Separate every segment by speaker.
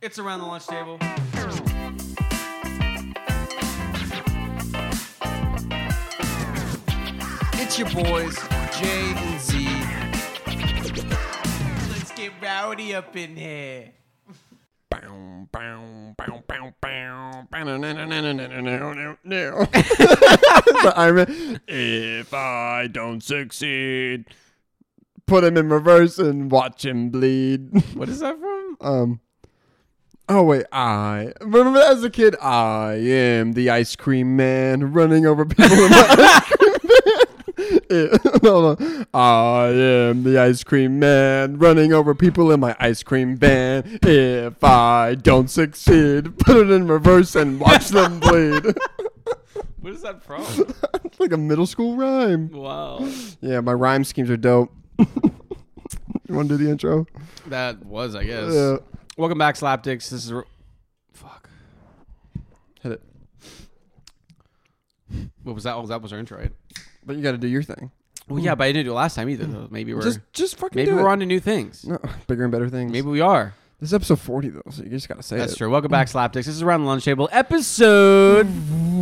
Speaker 1: It's around the lunch table.
Speaker 2: It's your boys, Jay and Z.
Speaker 1: Let's get rowdy up in here.
Speaker 3: Bow, bow, bow, bow, bow, bow, no, no, no, no, no, no, no, no, no.
Speaker 2: The Iron Man.
Speaker 3: If I don't succeed,
Speaker 2: Put him in reverse and watch him bleed.
Speaker 3: what is that from?
Speaker 2: Um. Oh wait, I remember as a kid. I am the ice cream man running over people. with my ice cream van. Yeah, hold on. I am the ice cream man running over people in my ice cream van. If I don't succeed, put it in reverse and watch them bleed.
Speaker 1: What is that from?
Speaker 2: it's like a middle school rhyme.
Speaker 1: wow.
Speaker 2: Yeah, my rhyme schemes are dope. you want to do the intro?
Speaker 1: That was, I guess.
Speaker 2: Yeah.
Speaker 1: Welcome back, Slapdicks. This is. Re- Fuck.
Speaker 2: Hit it.
Speaker 1: What was that? Oh, that was our intro, right?
Speaker 2: But you got to do your thing.
Speaker 1: Well, yeah, but I didn't do it last time either. Though. Maybe we're
Speaker 2: Hmm. Just, just fucking
Speaker 1: maybe
Speaker 2: do
Speaker 1: we're
Speaker 2: it.
Speaker 1: on to new things.
Speaker 2: No, bigger and better things.
Speaker 1: Maybe we are.
Speaker 2: This is episode 40, though, so you just gotta say
Speaker 1: That's
Speaker 2: it.
Speaker 1: true. Welcome back, Slapdicks. This is around the lunch table, episode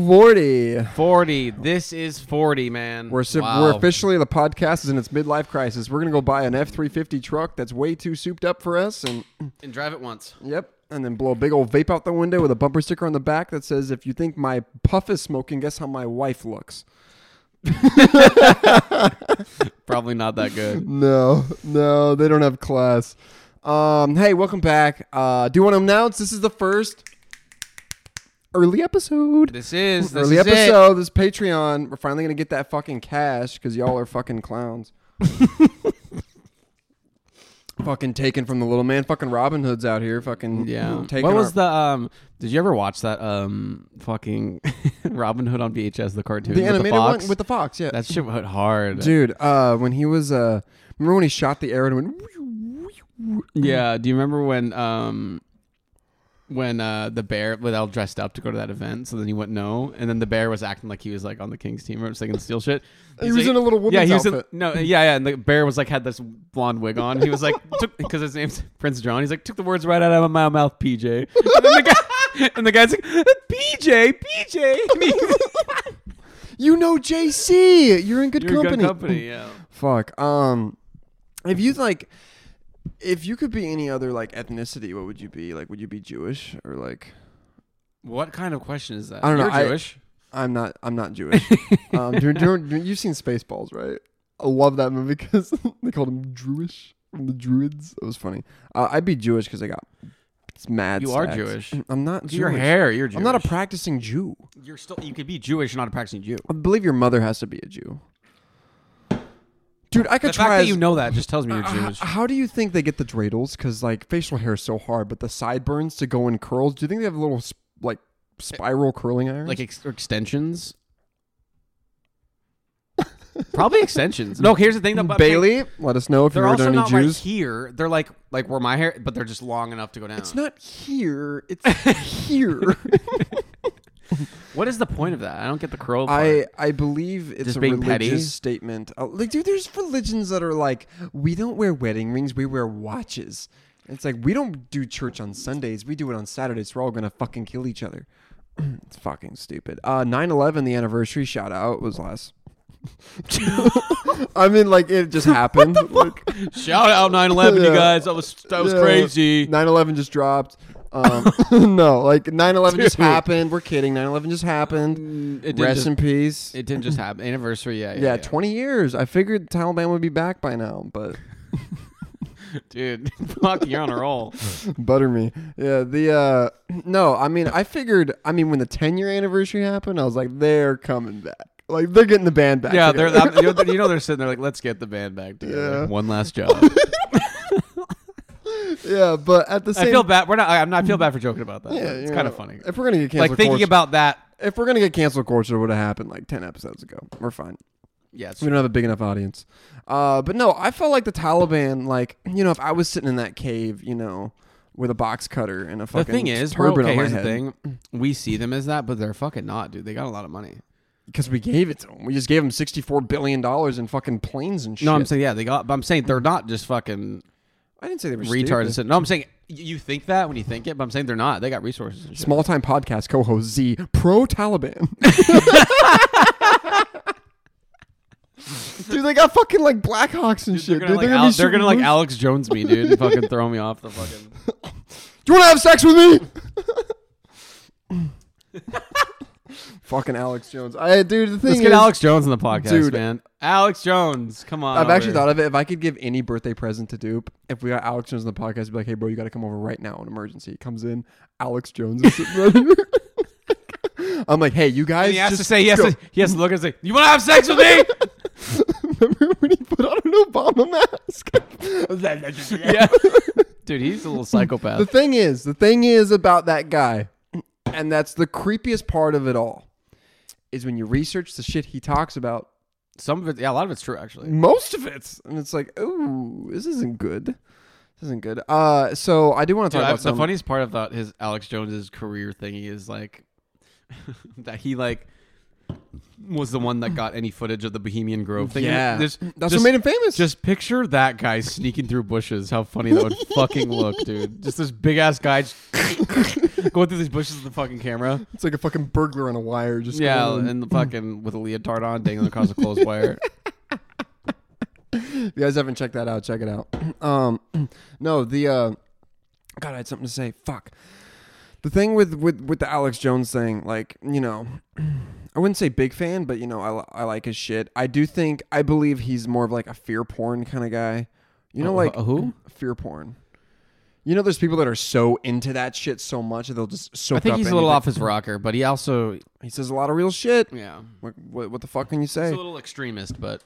Speaker 2: 40.
Speaker 1: forty. This is forty, man.
Speaker 2: We're, si-
Speaker 1: Wow.
Speaker 2: we're officially, the podcast is in its midlife crisis. We're gonna go buy an F 350 truck that's way too souped up for us, and
Speaker 1: and drive it once.
Speaker 2: yep, and then blow a big old vape out the window with a bumper sticker on the back that says, If you think my puff is smoking, guess how my wife looks.
Speaker 1: Probably not that good.
Speaker 2: No, no, they don't have class. Um, hey, welcome back. Uh, do you want to announce this is the first early episode?
Speaker 1: This is this
Speaker 2: early
Speaker 1: is it.
Speaker 2: episode. This Patreon. We're finally gonna get that fucking cash because y'all are fucking clowns. fucking taken from the little man. Fucking Robin Hood's out here. Fucking
Speaker 1: Yeah.
Speaker 2: Taking
Speaker 1: what was
Speaker 2: our-
Speaker 1: the um? Did you ever watch that um fucking Robin Hood on VHS the cartoon?
Speaker 2: the
Speaker 1: with
Speaker 2: animated
Speaker 1: the fox?
Speaker 2: one with the fox? Yeah,
Speaker 1: that shit went hard.
Speaker 2: dude. Uh, when he was uh, remember when he shot the arrow and went.
Speaker 1: Yeah. Do you remember when um when uh the bear was all dressed up to go to that event? So then he went no, and then the bear was acting like he was like on the king's team or singing steal shit.
Speaker 2: He
Speaker 1: He's
Speaker 2: was
Speaker 1: like-
Speaker 2: in a little
Speaker 1: yeah.
Speaker 2: woman's
Speaker 1: He was in,
Speaker 2: outfit.
Speaker 1: no. Yeah. Yeah. And the bear was like had this blonde wig on. He was like because his name's Prince John. He's like took the words right out of my mouth, PJ. And then the guy. And the guy's like, PJ, PJ.
Speaker 2: You know JC. You're in good
Speaker 1: You're a
Speaker 2: company.
Speaker 1: good company, yeah.
Speaker 2: Fuck. Um, if you like, if you could be any other like ethnicity, what would you be? Like, would you be Jewish or like?
Speaker 1: What kind of question is that?
Speaker 2: I don't know,
Speaker 1: You're
Speaker 2: I-
Speaker 1: Jewish.
Speaker 2: I'm not. I'm not Jewish. um, do, do, do- you've seen Spaceballs, right? I love that movie because they called him Jewish from the Druids. It was funny. Uh, I'd be Jewish because I got it's mad.
Speaker 1: You are
Speaker 2: stacks.
Speaker 1: Jewish.
Speaker 2: I'm not. Jewish.
Speaker 1: Your hair, you're Jewish.
Speaker 2: I'm not a practicing Jew.
Speaker 1: You're still. You could be Jewish, and not a practicing Jew.
Speaker 2: I believe your mother has to be a Jew. Dude, I could
Speaker 1: The
Speaker 2: try.
Speaker 1: fact that
Speaker 2: as-
Speaker 1: you know that just tells me you're Jewish.
Speaker 2: How, how do you think they get the dreidels? Because like facial hair is so hard, but the sideburns to go in curls. Do you think they have little sp- like spiral curling irons?
Speaker 1: Like ex- extensions. Probably extensions. No, here's the thing about
Speaker 2: Bailey, let us know if you
Speaker 1: They're
Speaker 2: heard
Speaker 1: also
Speaker 2: any
Speaker 1: not
Speaker 2: Jews.
Speaker 1: right here. They're like like where my hair, but they're just long enough to go down.
Speaker 2: It's not here. It's here.
Speaker 1: What is the point of that? I don't get the curl.
Speaker 2: I
Speaker 1: part.
Speaker 2: I believe it's
Speaker 1: Just
Speaker 2: a
Speaker 1: being
Speaker 2: religious
Speaker 1: petty?
Speaker 2: statement. Uh, Like, dude, there's religions that are like, we don't wear wedding rings, we wear watches. It's like we don't do church on Sundays, we do it on Saturdays. We're all gonna fucking kill each other. it's fucking stupid. Uh, 9/11, the anniversary shout out was last. I mean, like it just happened. Like,
Speaker 1: Shout out 9/11, you
Speaker 2: Yeah.
Speaker 1: guys. That was that was
Speaker 2: yeah,
Speaker 1: crazy.
Speaker 2: 9/11 just dropped. Um, no, like 9/11 just
Speaker 1: Dude. Mm,
Speaker 2: happened. We're kidding. 9/11 just happened.
Speaker 1: It didn't
Speaker 2: Rest
Speaker 1: just-
Speaker 2: in peace.
Speaker 1: It didn't just happen. Anniversary, yeah, yeah,
Speaker 2: Yeah, 20 years. I figured Taliban would be back by now, but
Speaker 1: dude. Fuck, you're on a roll.
Speaker 2: butter me. Yeah, the uh no, I mean, I figured I mean when the 10-year anniversary happened, I was like they're coming back. Like they're getting the band back.
Speaker 1: Yeah, they're
Speaker 2: together.
Speaker 1: that, you, know, they're- you know they're sitting there like, let's get the band back together.
Speaker 2: Yeah.
Speaker 1: One last job.
Speaker 2: Yeah, but at the same
Speaker 1: I feel bad. We're not. I, I'm not. I feel bad for joking about that.
Speaker 2: Yeah,
Speaker 1: it's
Speaker 2: you
Speaker 1: kind of
Speaker 2: know,
Speaker 1: funny.
Speaker 2: If we're going to get
Speaker 1: Like
Speaker 2: canceled
Speaker 1: thinking
Speaker 2: culture,
Speaker 1: about that.
Speaker 2: if we're going to get canceled culture would have happened like 10 episodes ago. We're fine.
Speaker 1: Yeah, it's
Speaker 2: We don't have a big enough audience. Uh, but no, I felt like the Taliban like, you know, if I was sitting in that cave, you know, with a box cutter and a
Speaker 1: the
Speaker 2: fucking
Speaker 1: thing is, bro,
Speaker 2: turban
Speaker 1: okay,
Speaker 2: on my
Speaker 1: here's the
Speaker 2: head.
Speaker 1: thing. We see them as that, but they're fucking not, dude. They got a lot of money.
Speaker 2: Because we gave it to them. We just gave them sixty-four billion dollars in fucking planes and shit.
Speaker 1: No, I'm saying yeah, they got. But I'm saying they're not just fucking.
Speaker 2: I didn't say they were
Speaker 1: Retards. and
Speaker 2: stupid.
Speaker 1: shit. No, I'm saying y- you think that when you think it, but I'm saying they're not. They got resources. And shit.
Speaker 2: Small time podcast co host Z, pro Taliban. Dude, they got fucking like Blackhawks and
Speaker 1: They're
Speaker 2: shit.
Speaker 1: gonna,
Speaker 2: dude.
Speaker 1: like,
Speaker 2: gonna
Speaker 1: Al-
Speaker 2: be
Speaker 1: they're
Speaker 2: shooting
Speaker 1: gonna, like
Speaker 2: moves.
Speaker 1: Alex Jones me, dude, and fucking throw me off the fucking.
Speaker 2: Do you want to have sex with me? Fucking Alex Jones. I, dude, the thing
Speaker 1: Let's get
Speaker 2: is,
Speaker 1: Alex Jones on the podcast,
Speaker 2: Dude.
Speaker 1: man. Alex Jones, come on.
Speaker 2: I've actually
Speaker 1: over.
Speaker 2: thought of it. If I could give any birthday present to Dupe, if we got Alex Jones on the podcast, I'd be like, hey, bro, you got to come over right now. An emergency. He comes in. Alex Jones is sitting right here. I'm like, hey, you guys.
Speaker 1: And he has
Speaker 2: just
Speaker 1: to say he has
Speaker 2: go."
Speaker 1: to, he has to look and say, "You want to have sex with me?"
Speaker 2: Remember when he put on an Obama mask?
Speaker 1: yeah, dude, he's a little psychopath.
Speaker 2: the thing is, the thing is about that guy, and that's the creepiest part of it all, is when you research the shit he talks about,
Speaker 1: Some of it, yeah, a lot of it's true actually.
Speaker 2: most of it, and it's like, ooh, this isn't good. This isn't good. Uh, so I do want to
Speaker 1: Dude,
Speaker 2: talk
Speaker 1: I-
Speaker 2: about
Speaker 1: the
Speaker 2: some.
Speaker 1: funniest part about his Alex Jones's career thingy is like that he like was the one that got any footage of the Bohemian Grove thing.
Speaker 2: yeah,
Speaker 1: There's-
Speaker 2: that's
Speaker 1: just-
Speaker 2: what made him famous.
Speaker 1: Just picture that guy sneaking through bushes. How funny that would fucking look, dude. Just this big ass guy just going through these bushes with the fucking camera.
Speaker 2: it's like a fucking burglar on a wire. Just
Speaker 1: yeah,
Speaker 2: going-
Speaker 1: and the fucking with a leotard on dangling across a clothes wire.
Speaker 2: If you guys haven't checked that out, check it out. Um, no, the uh, God, I had something to say. Fuck. The thing with with with the Alex Jones thing, like you know, I wouldn't say big fan, but you know, I li- I like his shit. I do think I believe he's more of like a fear porn kind of guy. You know,
Speaker 1: Uh,
Speaker 2: like
Speaker 1: uh, who?
Speaker 2: fear porn. You know, there's people that are so into that shit so much that they'll just soak
Speaker 1: I
Speaker 2: up.
Speaker 1: think he's a little
Speaker 2: anything.
Speaker 1: off his rocker, but he also
Speaker 2: He says a lot of real shit.
Speaker 1: yeah,
Speaker 2: What, what, what the fuck can you
Speaker 1: he's
Speaker 2: say?
Speaker 1: a little extremist, but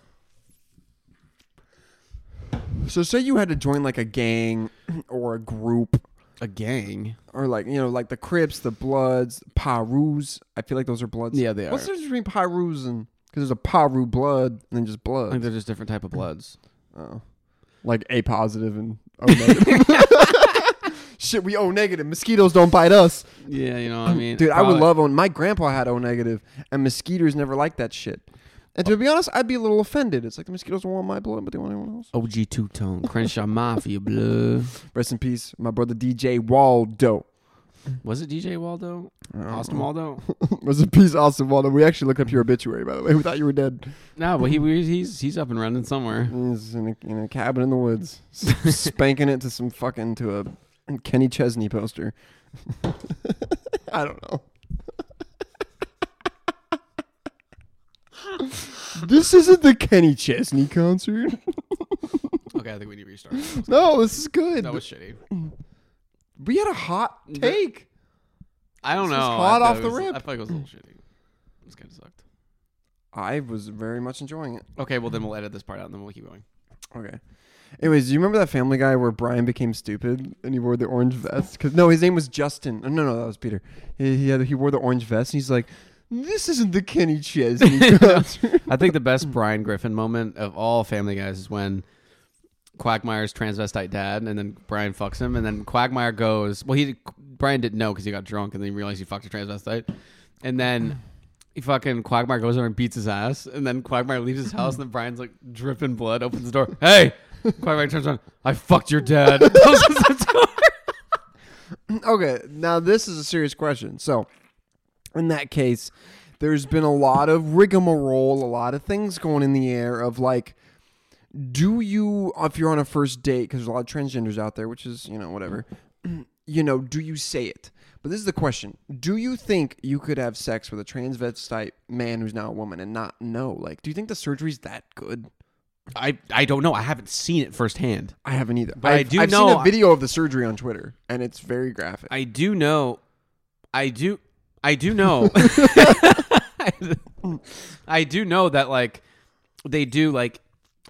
Speaker 2: So say you had to join like a gang or a group
Speaker 1: a gang.
Speaker 2: or like you know, like the Crips, the Bloods, Pyrus. I feel like those are Bloods.
Speaker 1: Yeah, they
Speaker 2: What's
Speaker 1: are.
Speaker 2: the difference between Pyrus and because there's a Pyru blood and then just
Speaker 1: I
Speaker 2: blood.
Speaker 1: think they're just different type of bloods.
Speaker 2: oh, like A positive and O negative. Shit, we O negative. Mosquitoes don't bite us,
Speaker 1: Yeah, you know what I mean.
Speaker 2: dude. I would
Speaker 1: Probably-
Speaker 2: love O. My grandpa had O negative, and mosquitoes never liked that shit. And to be honest, I'd be a little offended. It's like the mosquitoes don't want my blood, but they want everyone else.
Speaker 1: OG two tone Crenshaw Mafia blue.
Speaker 2: Rest in peace, my brother DJ Waldo.
Speaker 1: Was it DJ Waldo? Austin Waldo?
Speaker 2: Rest in peace, Austin Waldo. We actually looked up your obituary, by the way. We thought you were dead.
Speaker 1: No, but he he's he's up and running somewhere.
Speaker 2: He's in a, in a cabin in the woods, s- spanking it to some fucking to a Kenny Chesney poster. I don't know. this isn't the Kenny Chesney concert.
Speaker 1: Okay, I think we need to restart.
Speaker 2: No, this is good.
Speaker 1: That was shitty.
Speaker 2: we had a hot take.
Speaker 1: I don't
Speaker 2: This is
Speaker 1: know. I
Speaker 2: hot
Speaker 1: thought
Speaker 2: off
Speaker 1: it
Speaker 2: the
Speaker 1: was-
Speaker 2: rip.
Speaker 1: I thought it was a little shitty. This kind of sucked.
Speaker 2: I was very much enjoying it.
Speaker 1: Okay, well then we'll edit this part out and then we'll keep going.
Speaker 2: Okay. Anyways, do you remember that Family Guy where Brian became stupid and he wore the orange vest? Because no, his name was Justin. Oh, No, no, that was Peter. He he, had, he wore the orange vest and he's like, "This isn't the Kenny Chesney concert."
Speaker 1: I think the best Brian Griffin moment of all Family Guys is when Quagmire's transvestite dad, and then Brian fucks him, and then Quagmire goes. Well, he Brian didn't know because he got drunk, and then he realized he fucked a transvestite, and then. He fucking Quagmire goes over and beats his ass, and then Quagmire leaves his house, and then Brian's like dripping blood, opens the door. Hey, Quagmire turns around. I fucked your dad. Closes the door.
Speaker 2: okay, now this is a serious question. So, in that case, there's been a lot of rigmarole, a lot of things going in the air of like, do you if you're on a first date because there's a lot of transgenders out there, which is you know whatever. you know, do you say it? But this is the question: Do you think you could have sex with a transvestite man who's now a woman and not know? Like, do you think the surgery's that good?
Speaker 1: I I don't know. I haven't seen it firsthand.
Speaker 2: I haven't either.
Speaker 1: But I
Speaker 2: I've-
Speaker 1: do
Speaker 2: I've
Speaker 1: know-
Speaker 2: seen a video of the surgery on Twitter, and it's very graphic.
Speaker 1: I do know. I do. I do know. I do know that like they do like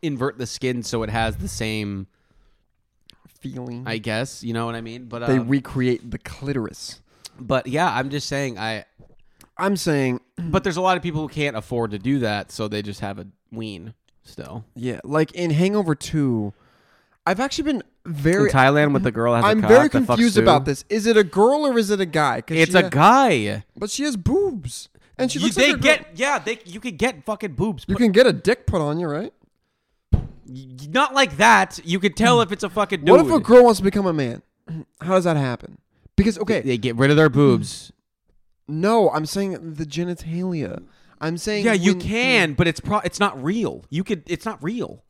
Speaker 1: invert the skin so it has the same.
Speaker 2: feeling
Speaker 1: I guess you know what I mean. But
Speaker 2: they
Speaker 1: uh,
Speaker 2: recreate the clitoris.
Speaker 1: but yeah, I'm just saying. I
Speaker 2: I'm saying,
Speaker 1: but there's a lot of people who can't afford to do that, so they just have a wean still.
Speaker 2: yeah, like in Hangover Two, I've actually been very.
Speaker 1: Thailand with the girl has.
Speaker 2: I'm very confused about this. Is it a girl or is it a guy? 'Cause
Speaker 1: It's
Speaker 2: she
Speaker 1: a
Speaker 2: ha-
Speaker 1: guy.
Speaker 2: but she has boobs, and she
Speaker 1: You,
Speaker 2: looks
Speaker 1: they
Speaker 2: like a girl.
Speaker 1: get yeah. They you could get fucking boobs.
Speaker 2: You can get a dick put on you, right?
Speaker 1: Y- Not like that. You could tell if it's a fucking dude.
Speaker 2: What if a girl wants to become a man? How does that happen? Because okay,
Speaker 1: They get rid of their boobs.
Speaker 2: no, I'm saying the genitalia. I'm saying
Speaker 1: Yeah, you
Speaker 2: when-
Speaker 1: can, but it's pro. It's not real. You could. It's not real.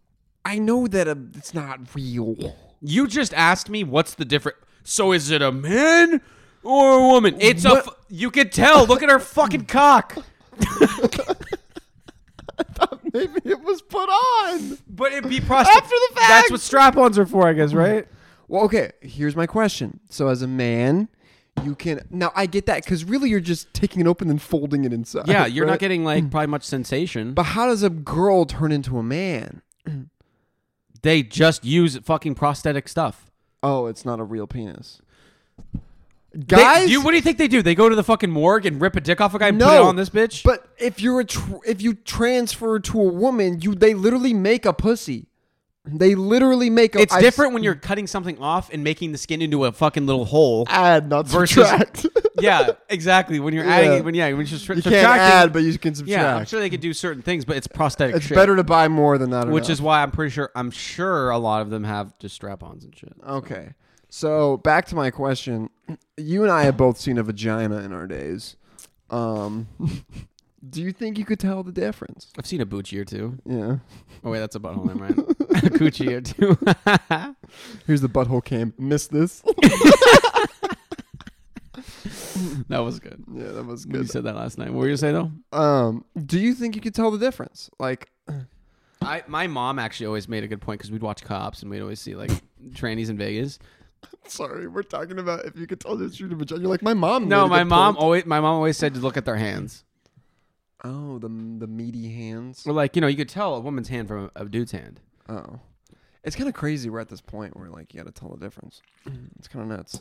Speaker 2: I know that uh it's not real.
Speaker 1: You just asked me what's the difference. So is it a man or a woman? It's a. F- you could tell. Look at her fucking cock.
Speaker 2: Maybe it was put on.
Speaker 1: But it'd be prostitution.
Speaker 2: After the fact!
Speaker 1: That's what strap-ons are for, I guess, right?
Speaker 2: Well, okay. Here's my question. So as a man, you can now I get that because really you're just taking it open and folding it inside.
Speaker 1: Yeah, you're
Speaker 2: right?
Speaker 1: not getting like probably much sensation.
Speaker 2: But how does a girl turn into a man?
Speaker 1: they just use fucking prosthetic stuff.
Speaker 2: Oh, it's not a real penis.
Speaker 1: They-
Speaker 2: Guys,
Speaker 1: you, what do you think they do? They go to the fucking morgue and rip a dick off a guy and
Speaker 2: no,
Speaker 1: put it on this bitch.
Speaker 2: But if you're a tr- if you transfer to a woman, you they literally make a pussy. They literally make a.
Speaker 1: it's
Speaker 2: I've-
Speaker 1: different when you're cutting something off and making the skin into a fucking little hole.
Speaker 2: Add not
Speaker 1: Versus-
Speaker 2: subtract.
Speaker 1: yeah, exactly. When you're adding
Speaker 2: Yeah.
Speaker 1: it, when yeah, when you're subtra-
Speaker 2: you can't
Speaker 1: subtracting-
Speaker 2: add, but you can subtract.
Speaker 1: yeah, I'm sure they could do certain things, but it's prosthetic.
Speaker 2: it's
Speaker 1: shit,
Speaker 2: better to buy more than not.
Speaker 1: which
Speaker 2: enough.
Speaker 1: is why I'm pretty sure I'm sure a lot of them have just strap-ons and shit.
Speaker 2: Okay. So back to my question. You and I have both seen a vagina in our days. Um, do you think you could tell the difference?
Speaker 1: I've seen a boochie or two.
Speaker 2: Yeah.
Speaker 1: Oh wait, that's a butthole, never mind. a coochie or two.
Speaker 2: Here's the butthole cam. Missed this.
Speaker 1: that was good.
Speaker 2: yeah, that was
Speaker 1: You
Speaker 2: good.
Speaker 1: said that last night. What were you gonna say though?
Speaker 2: Um, do you think you could tell the difference? Like,
Speaker 1: I my mom actually always made a good point because we'd watch cops and we'd always see like trannies in Vegas.
Speaker 2: sorry, we're talking about if you could tell the difference. Vagina. You're like my mom.
Speaker 1: No,
Speaker 2: made a
Speaker 1: my
Speaker 2: good
Speaker 1: mom
Speaker 2: point.
Speaker 1: always my mom always said to look at their hands.
Speaker 2: Oh, the the meaty hands.
Speaker 1: Well, like you know, you could tell a woman's hand from a, a dude's hand.
Speaker 2: Oh, it's kind of crazy. We're at this point where like you got to tell the difference. It's kind of nuts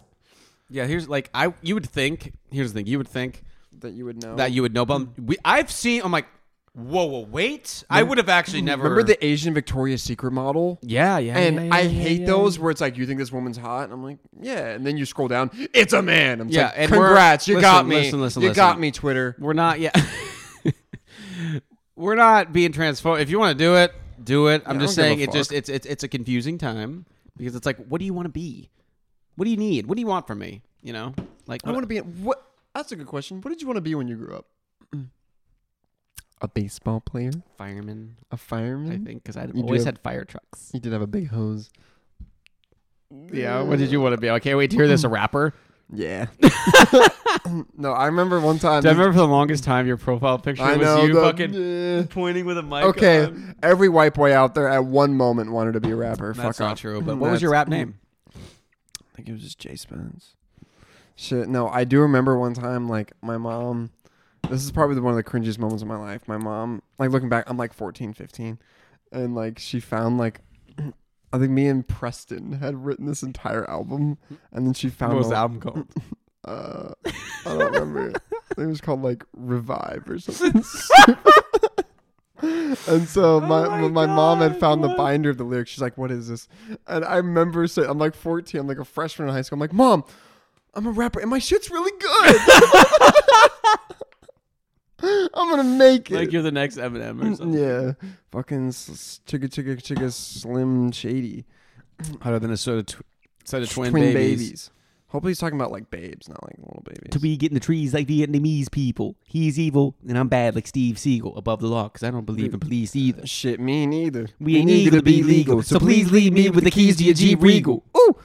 Speaker 1: Yeah, here's like I you would think here's the thing you would think
Speaker 2: that you would know
Speaker 1: Oh. that you would know about. We I've seen I'm like whoa whoa wait I would have actually never
Speaker 2: Hmm. Remember the Asian Victoria's Secret model?
Speaker 1: yeah yeah
Speaker 2: And
Speaker 1: yeah, yeah,
Speaker 2: I
Speaker 1: yeah,
Speaker 2: hate
Speaker 1: yeah.
Speaker 2: those where it's like, you think this woman's hot? And I'm like, yeah. And then you scroll down, it's a man. I'm just
Speaker 1: Yeah,
Speaker 2: like,
Speaker 1: and we're-
Speaker 2: congrats, you
Speaker 1: listen,
Speaker 2: got me.
Speaker 1: listen, listen,
Speaker 2: you
Speaker 1: listen.
Speaker 2: got me, Twitter.
Speaker 1: We're not yet. We're not being transphobic. If you want to do it, do it. I'm
Speaker 2: Yeah, I
Speaker 1: just
Speaker 2: don't give
Speaker 1: saying
Speaker 2: a
Speaker 1: it just
Speaker 2: fuck.
Speaker 1: it's it's it's a confusing time because it's like what do you want to be? What do you need? What do you want from me? You know? Like
Speaker 2: I want to be what? That's a good question. What did you want to be when you grew up? A baseball player,
Speaker 1: a fireman,
Speaker 2: a
Speaker 1: I
Speaker 2: fireman.
Speaker 1: think cuz I
Speaker 2: Hmm? do
Speaker 1: always
Speaker 2: have-
Speaker 1: had fire trucks.
Speaker 2: He did have a big hose.
Speaker 1: Yeah, what did you want to be? I can't wait to hear this a rapper.
Speaker 2: Yeah. no, I remember one time.
Speaker 1: Do I remember for the longest time your profile picture
Speaker 2: I
Speaker 1: was
Speaker 2: know
Speaker 1: you
Speaker 2: the-
Speaker 1: fucking
Speaker 2: yeah.
Speaker 1: pointing with a mic?
Speaker 2: Okay,
Speaker 1: on?
Speaker 2: every white boy out there at one moment wanted to be a rapper.
Speaker 1: That's
Speaker 2: Fuck
Speaker 1: not
Speaker 2: off.
Speaker 1: true, but what was your
Speaker 2: That's-
Speaker 1: rap name?
Speaker 2: I think it was just Jay Spence. Shit, no, I do remember one time, like, my mom. This is probably one of the cringiest moments of my life. My mom, like, looking back, I'm like 14, 15. And, like, she found, like, I think me and Preston had written this entire album. And then she found
Speaker 1: What was
Speaker 2: a-
Speaker 1: the album called?
Speaker 2: uh, I don't remember. I think it was called like Revive or something. and so my
Speaker 1: Oh my
Speaker 2: my, mom had
Speaker 1: God,
Speaker 2: found the
Speaker 1: what?
Speaker 2: binder of the lyrics. She's like, "What is this?" And I remember saying, "I'm like 14. I'm like a freshman in high school. I'm like, Mom, I'm a rapper, and my shit's really good. I'm gonna make it." Mm,
Speaker 1: like you're the next Eminem or something.
Speaker 2: yeah, fucking s- s- chicka chicka chicka slim shady
Speaker 1: Hotter than a soda tw- set of twin,
Speaker 2: twin
Speaker 1: babies.
Speaker 2: babies. Hopefully, he's talking about like babes, not like little babies.
Speaker 1: To be getting the trees like Vietnamese people. He's evil, and I'm bad like Steve Siegel above the law because I don't believe in police either.
Speaker 2: Shit, me neither.
Speaker 1: We ain't eager to be legal, so please leave me with the keys to your Jeep Regal.
Speaker 2: Ooh,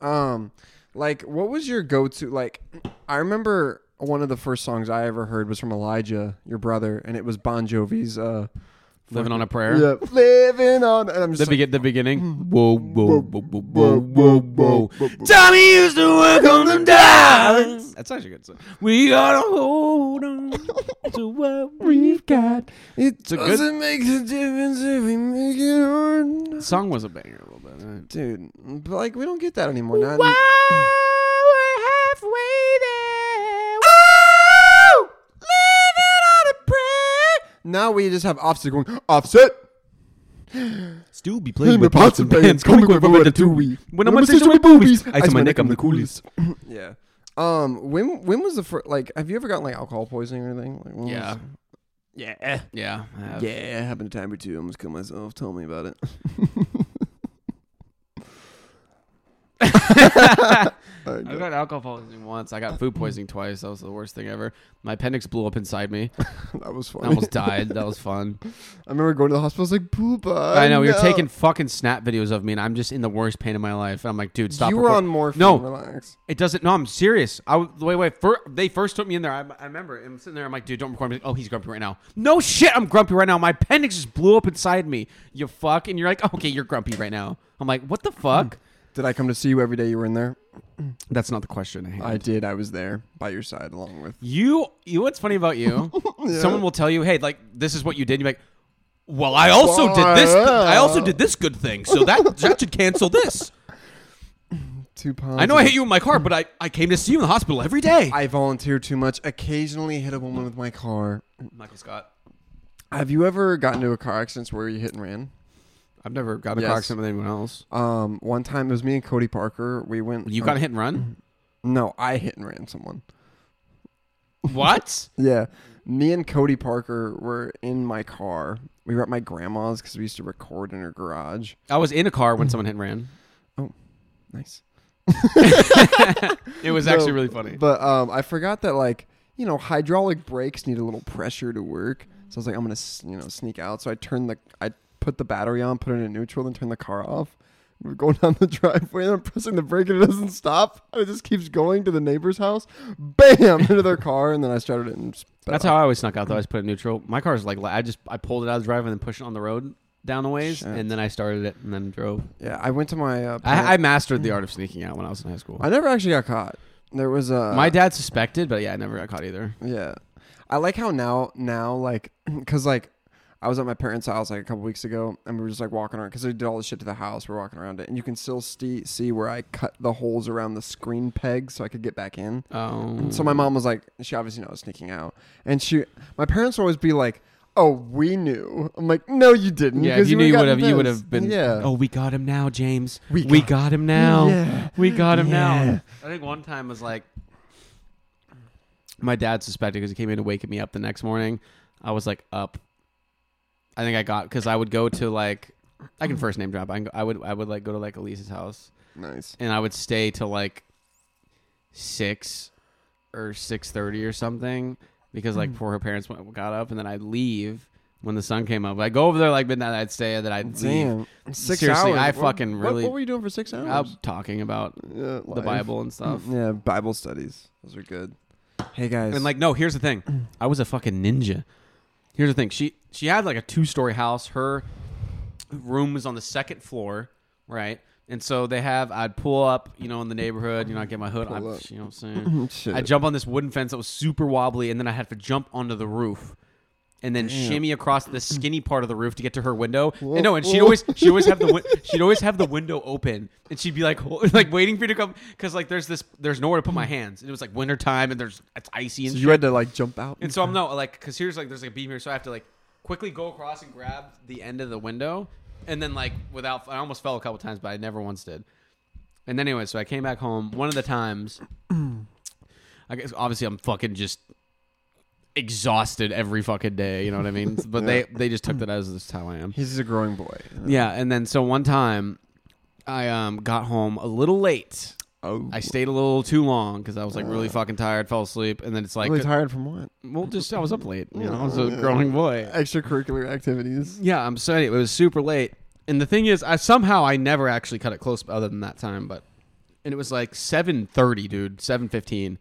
Speaker 2: um, like what was your go-to? Like, I remember one of the first songs I ever heard was from Elijah, your brother, and it was Bon Jovi's. Uh,
Speaker 1: Living on a prayer.
Speaker 2: yeah, living on. And I'm
Speaker 1: The,
Speaker 2: just like,
Speaker 1: begin the beginning. Whoa, whoa, whoa, whoa, Mm-hmm.
Speaker 2: whoa,
Speaker 1: whoa,
Speaker 2: whoa,
Speaker 1: whoa, whoa.
Speaker 2: whoa, whoa.
Speaker 1: Tommy used to work on them dimes. That's actually a good song. We gotta hold on to what we.
Speaker 2: we've got. It
Speaker 1: a good-
Speaker 2: doesn't make a difference if we make it or not.
Speaker 1: Song was a banger a little bit. Right?
Speaker 2: dude. But like, we don't get that anymore. Not Now we just have offset going offset.
Speaker 1: Still be
Speaker 2: Playing with pots and pans, coming with over the two we.
Speaker 1: When I'm on stage with boobies, I
Speaker 2: ice
Speaker 1: tell my neck I'm the coolest.
Speaker 2: yeah. Um. When when was the first? Like, have you ever gotten like alcohol poisoning or anything? Like, when was-
Speaker 1: Yeah.
Speaker 2: Yeah.
Speaker 1: Yeah. I have.
Speaker 2: Yeah, it happened a time or two. I almost killed myself. Tell me about it.
Speaker 1: I got alcohol poisoning once. I got food poisoning twice. That was the worst thing ever. My appendix blew up inside me.
Speaker 2: that was
Speaker 1: I
Speaker 2: funny.
Speaker 1: almost died. That was fun.
Speaker 2: I remember going to the hospital. I was like, "Poopa."
Speaker 1: I know you're
Speaker 2: no."
Speaker 1: taking fucking snap videos of me, and I'm just in the worst pain of my life. And I'm like, dude, stop.
Speaker 2: You were
Speaker 1: record-
Speaker 2: on morphine.
Speaker 1: No.
Speaker 2: relax.
Speaker 1: It doesn't. No, I'm serious. I w- wait, wait. Fir- they first took me in there. I, I remember. I'm sitting there. I'm like, dude, don't record me. Oh, he's grumpy right now. No shit, I'm grumpy right now. My appendix just blew up inside me. You fuck. And you're like, okay, you're grumpy right now. I'm like, what the fuck?
Speaker 2: Did I come to see you every day you were in there?
Speaker 1: Hmm. That's not the question. I had.
Speaker 2: I did. I was there by your side along with.
Speaker 1: You, you. What's funny about you? Someone will tell you, hey, like this is what you did. You're like, well, I also did this.
Speaker 2: Well,
Speaker 1: I also did this good thing. So that that should cancel this.
Speaker 2: Two pounds.
Speaker 1: I know I
Speaker 2: of-
Speaker 1: hit you in my car, but I I came to see you in the hospital every day.
Speaker 2: I volunteer too much. Occasionally hit a woman with my car.
Speaker 1: Michael Scott.
Speaker 2: Have you ever gotten into a car accident where you hit and ran?
Speaker 1: I've never gotten a
Speaker 2: Yes.
Speaker 1: car accident with anyone else.
Speaker 2: Um, one time it was me and Cody Parker. We went.
Speaker 1: You
Speaker 2: uh,
Speaker 1: got hit and run?
Speaker 2: No, I hit and ran someone.
Speaker 1: What?
Speaker 2: Yeah. Me and Cody Parker were in my car. We were at my grandma's because we used to record in her garage.
Speaker 1: I was in a car when someone hit and ran.
Speaker 2: Nice.
Speaker 1: It was actually really funny.
Speaker 2: But um, I forgot that like you know hydraulic brakes need a little pressure to work. So I was like, I'm gonna s- you know sneak out. So I turned the I put the battery on, put it in neutral, then turned the car off. We We're going down the driveway and I'm pressing the brake and it doesn't stop. And it just keeps going to the neighbor's house. Bam into their car and then I started it and sped
Speaker 1: That's
Speaker 2: off.
Speaker 1: how I always snuck out though. I just put it in neutral. My car's like I just I pulled it out of the driveway and then pushed it on the road down a ways
Speaker 2: Shit.
Speaker 1: and then I started it and then drove.
Speaker 2: yeah. I went to my uh, parent-
Speaker 1: I, I mastered the art of sneaking out when I was in high school.
Speaker 2: I uh, never actually got caught. There was a
Speaker 1: My dad suspected, but yeah, I never got caught either.
Speaker 2: Yeah. I like how now, now, like, because, like, I was at my parents' house, like, a couple weeks ago, and we were just, like, walking around, because they did all the shit to the house. We're walking around it, and you can still see, see where I cut the holes around the screen pegs so I could get back in.
Speaker 1: Oh,
Speaker 2: So my mom was like, she obviously knows I was sneaking out. And she, my parents would always be like, oh, we knew. I'm like, no, you didn't.
Speaker 1: yeah.
Speaker 2: 'cause
Speaker 1: If you knew you would
Speaker 2: would've
Speaker 1: have, you
Speaker 2: gotten
Speaker 1: would
Speaker 2: this."
Speaker 1: have been.
Speaker 2: Yeah.
Speaker 1: Oh, we got him now, James.
Speaker 2: We
Speaker 1: We
Speaker 2: got-
Speaker 1: got, him now.
Speaker 2: Yeah.
Speaker 1: We got him
Speaker 2: Yeah.
Speaker 1: now. I think one time was like, my dad suspected because he came in to waken me up the next morning. I was like up. I think I got because I would go to like, I can first name drop. I, can go, I would I would like go to like Elise's house
Speaker 2: Nice.
Speaker 1: and I would stay till like six or six thirty or something because
Speaker 2: Hmm.
Speaker 1: like before her parents went, got up, and then I'd leave when the sun came up. I would go over there like midnight. I'd stay, and then I'd leave.
Speaker 2: Damn. Six
Speaker 1: Seriously,
Speaker 2: hours.
Speaker 1: I
Speaker 2: What-
Speaker 1: fucking
Speaker 2: what-
Speaker 1: really-
Speaker 2: What, were you doing for six hours?
Speaker 1: I'm talking about
Speaker 2: Yeah,
Speaker 1: the
Speaker 2: life.
Speaker 1: Bible and stuff.
Speaker 2: Yeah, Bible studies. Those are good. Hey guys.
Speaker 1: And like, no, here's the thing. I was a fucking ninja. Here's the thing. She she had like a two story house. Her room was on the second floor, right? And so they have I'd pull up, you know, in the neighborhood, you know, I get my hood. I, you know
Speaker 2: up.
Speaker 1: what I'm saying?
Speaker 2: Shit.
Speaker 1: I jump on this wooden fence that was super wobbly, and then I had to jump onto the roof. And then shimmy across the skinny part of the roof to get to her window. and no, and she'd
Speaker 2: whoa.
Speaker 1: always she always have the win- she'd always have the window open, and she'd be like hol- like waiting for you to come because like there's this there's nowhere to put my hands. And it was like winter time, and there's it's icy and
Speaker 2: Hmm. so
Speaker 1: shit.
Speaker 2: you had to like jump out.
Speaker 1: And so I'm not like, because here's like, there's like a beam here, so I have to like quickly go across and grab the end of the window, and then like without, I almost fell a couple times, but I never once did. And then anyway, so I came back home. One of the times, I guess obviously I'm fucking just exhausted every fucking day, you know what I mean? But they they just took that as this is how I am.
Speaker 2: He's a growing boy.
Speaker 1: Yeah, and then so one time, I um got home a little late.
Speaker 2: Oh.
Speaker 1: I stayed a little too long because I was like really fucking tired, fell asleep, and then it's like
Speaker 2: really tired Oh, from what?
Speaker 1: well, just I was up late. You know, I was a growing boy.
Speaker 2: Extracurricular activities.
Speaker 1: Yeah, I'm sorry. It was super late. And the thing is, I somehow I never actually cut it close, other than that time. But and it was like seven thirty, dude, seven fifteen.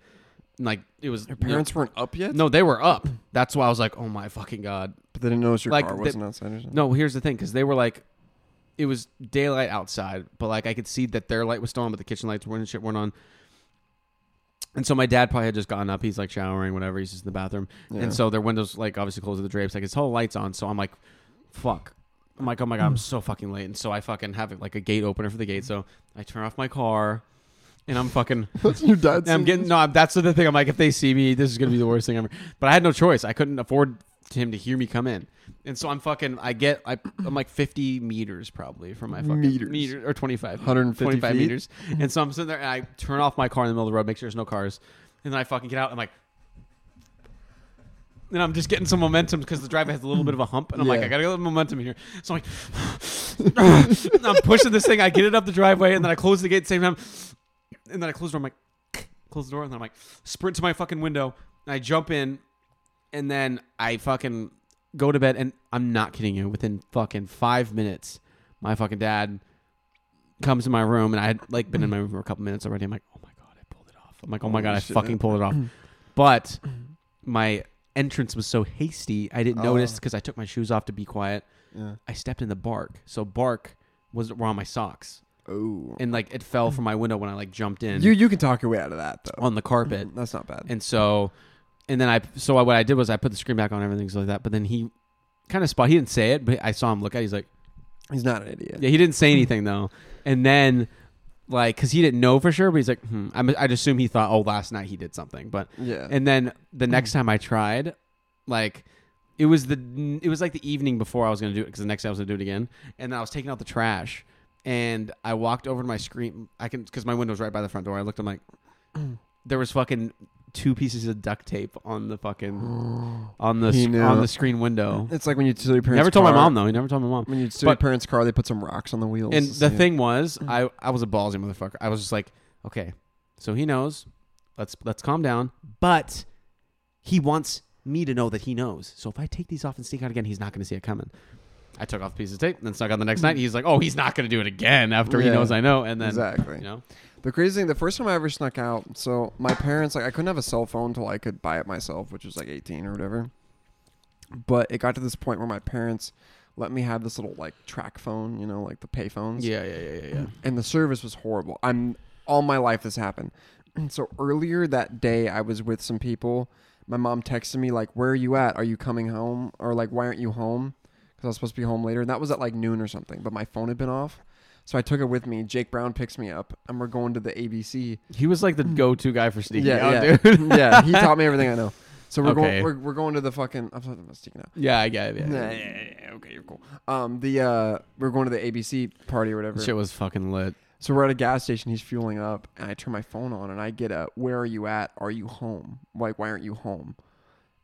Speaker 1: Like it was. Your
Speaker 2: Parents weren't up yet,
Speaker 1: No, they were up. That's why I was like, oh my fucking god.
Speaker 2: but they didn't notice your
Speaker 1: Like,
Speaker 2: car
Speaker 1: they-
Speaker 2: wasn't outside or something.
Speaker 1: No, here's the thing, because they were like, it was daylight outside, but like I could see that their light was still on, but the kitchen lights weren't and shit weren't on. And so my dad probably had just gotten up. He's like showering, whatever. He's just in the bathroom,
Speaker 2: Yeah.
Speaker 1: and so their windows like obviously closed with the drapes. Like his whole lights on. So I'm like, fuck. I'm like, oh my god,
Speaker 2: Hmm.
Speaker 1: I'm so fucking late. And so I fucking have like a gate opener for the gate. So I turn off my car, and I'm fucking.
Speaker 2: That's your dad's.
Speaker 1: And I'm getting no. I'm- That's the thing. I'm like, if they see me, this is gonna be the worst thing ever. But I had no choice. I couldn't afford to him to hear me come in, and so I'm fucking. I get. I, I'm like 50 meters probably from my fucking
Speaker 2: Meters.
Speaker 1: meter or 25,
Speaker 2: 150
Speaker 1: 25
Speaker 2: feet?
Speaker 1: meters. And so I'm sitting there and I turn off my car in the middle of the road, make sure there's no cars, and then I fucking get out. I'm like, and I'm just getting some momentum because the driver has a little bit of a hump, and I'm like,
Speaker 2: Yeah.
Speaker 1: I gotta get a little momentum here. So I'm like, and I'm pushing this thing. I get it up the driveway, and then I close the gate at the same time, and then I close the door. I'm like, close the door, and then I'm like, sprint to my fucking window, and I jump in, and then I fucking go to bed, and I'm not kidding you. Within fucking five minutes, my fucking dad comes in my room, and I had like been in my room for a couple minutes already. I'm like, oh my god, I pulled it off. I'm like, oh my god, I fucking pulled it off. But my entrance was so hasty, I didn't notice because I took my shoes off to be quiet.
Speaker 2: Yeah.
Speaker 1: I stepped in the bark, so bark was were on my socks,
Speaker 2: Oh.
Speaker 1: and like it fell from my window when I like jumped in
Speaker 2: You you can talk your way out of that though. Mm,
Speaker 1: on the carpet.
Speaker 2: That's not bad.
Speaker 1: And so, and then I, so what I did was I put the screen back on, everything like that. But then he kind of spot, he didn't say it, but I saw him look at. it. He's like,
Speaker 2: He's not an idiot.
Speaker 1: yeah, he didn't say anything though. And then, like, cause he didn't know for sure, but he's like, hmm. I'm, I'd assume he thought, oh, last night he did something. But
Speaker 2: Yeah.
Speaker 1: and then the next
Speaker 2: Mm.
Speaker 1: time I tried, like it was the it was like the evening before I was gonna do it because the next day I was gonna do it again, and then I was taking out the trash, and I walked over to my screen. I can because my window's right by the front door. I looked. I'm like, there was fucking two pieces of duct tape on the fucking on the
Speaker 2: He
Speaker 1: sc-
Speaker 2: knew.
Speaker 1: on the screen window.
Speaker 2: it's like when you steal your parents.
Speaker 1: Never told my
Speaker 2: car.
Speaker 1: mom though. He never told my mom.
Speaker 2: When you steal your
Speaker 1: But-
Speaker 2: parents' car, they put some rocks on the wheels.
Speaker 1: And
Speaker 2: to
Speaker 1: the
Speaker 2: see it.
Speaker 1: thing was,
Speaker 2: Hmm.
Speaker 1: I I was a ballsy motherfucker. I was just like, okay, so he knows. Let's let's calm down. But he wants me to know that he knows. So if I take these off and sneak out again, he's not going to see it coming. I took off a piece of tape and then snuck out the next night. He's like, oh, he's not going to do it again after he
Speaker 2: Hmm. Yeah.
Speaker 1: knows I know. And then
Speaker 2: exactly.
Speaker 1: you know,
Speaker 2: The crazy thing, the first time I ever snuck out, so my parents like I couldn't have a cell phone till I could buy it myself, which was like 18 or whatever. But it got to this point where my parents let me have this little like track phone, you know, like the pay phones.
Speaker 1: yeah, yeah, yeah, yeah, yeah.
Speaker 2: And the service was horrible. I'm all my life this happened. So earlier that day I was with some people. My mom texted me like, "Where are you at? Are you coming home?" or like, "Why aren't you home?" Cuz I was supposed to be home later. And that was at like noon or something, but my phone had been off. So I took it with me. Jake Brown picks me up and we're going to the ABC
Speaker 1: He was like the go-to guy for sneaking
Speaker 2: Hmm. yeah,
Speaker 1: out,
Speaker 2: yeah.
Speaker 1: dude.
Speaker 2: yeah, he taught me everything I know. So we're
Speaker 1: Okay.
Speaker 2: going. We're, we're going to the fucking. I'm sorry, I'm sticking out.
Speaker 1: yeah, I get it. Yeah.
Speaker 2: Yeah, yeah, yeah, okay, you're cool. Um, the uh, we're going to the ABC party or whatever.
Speaker 1: That Shit was fucking lit.
Speaker 2: So we're at a gas station. He's fueling up, and I turn my phone on, and I get a "Where are you at? Are you home? Like, why aren't you home?"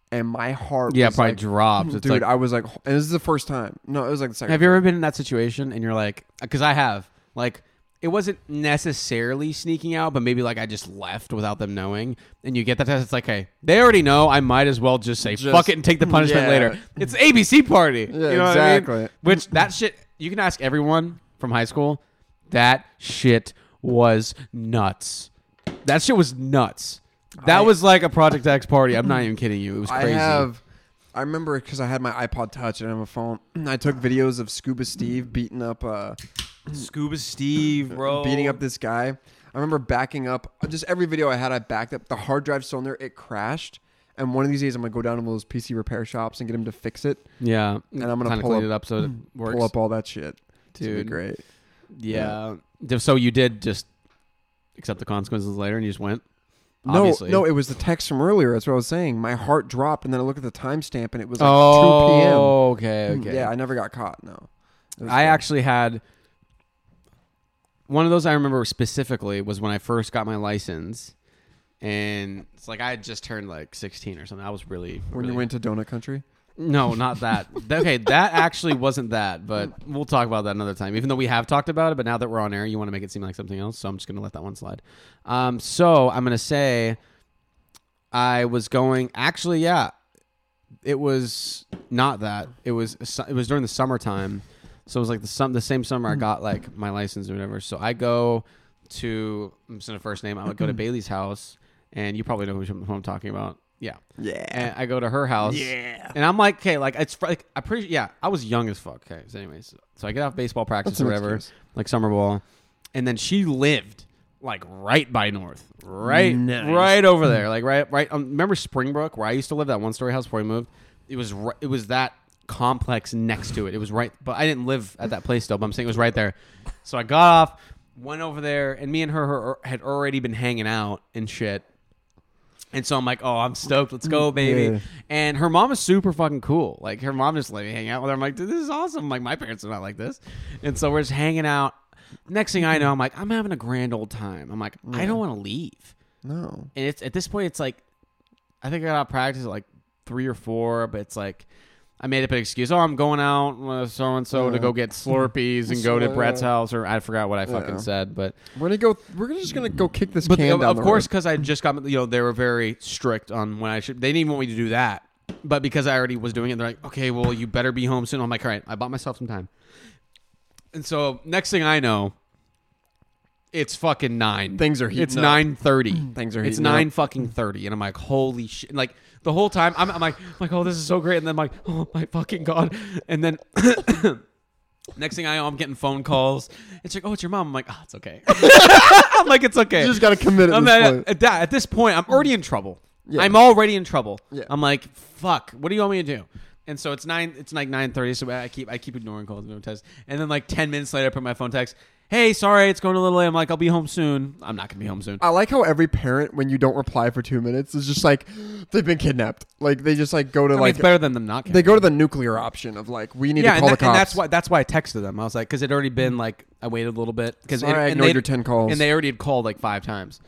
Speaker 2: And my heart,
Speaker 1: Yeah,
Speaker 2: was
Speaker 1: probably
Speaker 2: like,
Speaker 1: dropped. It's
Speaker 2: dude.
Speaker 1: like,
Speaker 2: I was like, and this is the first time. No, it was like the second.
Speaker 1: Have you ever been in that situation and you're like, because I have, like, it wasn't necessarily sneaking out, but maybe like I just left without them knowing, and you get that test. It's like, hey, they already know. I might as well just say
Speaker 2: Just-
Speaker 1: fuck it and take the punishment
Speaker 2: yeah.
Speaker 1: later. It's ABC party. you know what I mean?
Speaker 2: exactly.
Speaker 1: Which that shit you can ask everyone from high school. That shit was nuts. That shit was nuts. That
Speaker 2: I-
Speaker 1: was like a Project X party. I'm not even kidding you. It was crazy.
Speaker 2: I have. I remember because I had my iPod Touch and I have a phone. I took videos of Scuba Steve beating up. Uh,
Speaker 1: Scuba Steve, bro,
Speaker 2: beating up this guy. I remember backing up uh, just every video I had. I backed up the hard drive still in there. It crashed, and one of these days I'm gonna go down to one of those PC repair shops and get him to fix it.
Speaker 1: Yeah,
Speaker 2: And I'm gonna
Speaker 1: Kinda
Speaker 2: pull
Speaker 1: clean
Speaker 2: up-
Speaker 1: it up so it works.
Speaker 2: Pull up all that shit. It's gonna be
Speaker 1: Dude.
Speaker 2: great.
Speaker 1: Yeah. D- So you did just accept the consequences later, and you just went.
Speaker 2: No,
Speaker 1: Obviously.
Speaker 2: no, it was the text from earlier. That's what I was saying. My heart dropped, and then I look at the timestamp, and it was like 2
Speaker 1: oh, okay,
Speaker 2: p.m.
Speaker 1: okay.
Speaker 2: Hmm. Yeah, I never got caught. No, It was
Speaker 1: I
Speaker 2: good.
Speaker 1: actually had one of those. I remember specifically was when I first got my license, and it's like I had just turned like 16 or something. I was really
Speaker 2: when
Speaker 1: really-
Speaker 2: you went to Donut Country.
Speaker 1: No, not that. okay, that actually wasn't that, but we'll talk about that another time. Even though we have talked about it, but now that we're on air, you want to make it seem like something else, so I'm just going to let that one slide. Um, so I'm going to say I was going. Actually, yeah, it was not that. It was su- it was during the summertime, so it was like the sum the same summer I
Speaker 2: Mm-hmm.
Speaker 1: got like my license or whatever. So I go to I'm just going to first name. I would go to
Speaker 2: Mm-hmm.
Speaker 1: Bailey's house, and you probably know who who I'm talking about. Yeah,
Speaker 2: Yeah,
Speaker 1: and I go to her house.
Speaker 3: Yeah.
Speaker 1: And I'm like, okay, like it's fr- like I pretty yeah, I was young as fuck. Okay, so anyways, so I get off baseball practice
Speaker 2: That's
Speaker 1: or
Speaker 2: an
Speaker 1: whatever,
Speaker 2: excuse.
Speaker 1: like summer ball, and then she lived like right by North, right, right over there, like right, right. Um, remember Springbrook, where I used to live, that one story house before we moved. It was ri- it was that complex next to it. It was right, but I didn't live at that place still. But I'm saying it was right there. So I got off, went over there, and me and her, her had already been hanging out and shit. And so I'm like, oh, I'm stoked. Let's go, baby.
Speaker 2: Yeah.
Speaker 1: And her mom is super fucking cool. Like her mom just let me hang out with her. I'm like, dude, this is awesome. Like my parents are not like this. And so we're just hanging out. Next thing I know, I'm like, I'm having a grand old time. I'm like, I don't want to leave.
Speaker 2: no,
Speaker 1: And it's at this point, it's like, I think I got out of practice at like three or four, but it's like I made up an excuse. Oh, I'm going out with so and so to go get Slurpees and go to
Speaker 2: Slur-
Speaker 1: Brett's house, or I forgot what I fucking said, but
Speaker 2: We're gonna go. We're just gonna go kick this
Speaker 1: but
Speaker 2: can
Speaker 1: of,
Speaker 2: down
Speaker 1: of
Speaker 2: the
Speaker 1: course
Speaker 2: road.
Speaker 1: because i just got you know they were very strict on when i should they didn't even want me to do that but because i already was doing it they're like okay well you better be home soon i'm like all right i bought myself some time and so next thing i know it's fucking nine
Speaker 2: Things are heating
Speaker 1: it's
Speaker 2: up.
Speaker 1: nine thirty
Speaker 2: Things are
Speaker 1: it's
Speaker 2: heating up.
Speaker 1: nine fucking thirty and i'm like holy shit like the whole time i'm, I'm like I'm like oh this is so great and then I'm like oh my fucking god and then Next thing I know, I'm getting phone calls. It's like, oh, it's your mom. I'm like, oh, it's okay. I'm like, it's okay.
Speaker 2: You just gotta commit at
Speaker 1: I'm
Speaker 2: this
Speaker 1: at,
Speaker 2: point.
Speaker 1: At, that, at this point, I'm already in trouble.
Speaker 2: Yeah.
Speaker 1: I'm already in trouble.
Speaker 2: Yeah.
Speaker 1: I'm like, fuck. What do you want me to do? And so it's nine. It's like nine thirty. So I keep I keep ignoring calls and texts. And then like ten minutes later, I put my phone text. Hey, sorry, it's going a little late. I'm like, I'll be home soon. I'm not gonna be home soon.
Speaker 2: I like how every parent, when you don't reply for two minutes, is just like they've been kidnapped. Like they just like go to
Speaker 1: I mean,
Speaker 2: like
Speaker 1: it's better than them not.
Speaker 2: they
Speaker 1: caring.
Speaker 2: go to the nuclear option of like we need
Speaker 1: yeah,
Speaker 2: to
Speaker 1: and,
Speaker 2: call
Speaker 1: that-
Speaker 2: the cops.
Speaker 1: and that's why that's why I texted them. I was like, because it'd already been like I waited a little bit because
Speaker 2: Sorry, I ignored your 10 calls.
Speaker 1: and they already had called like five times,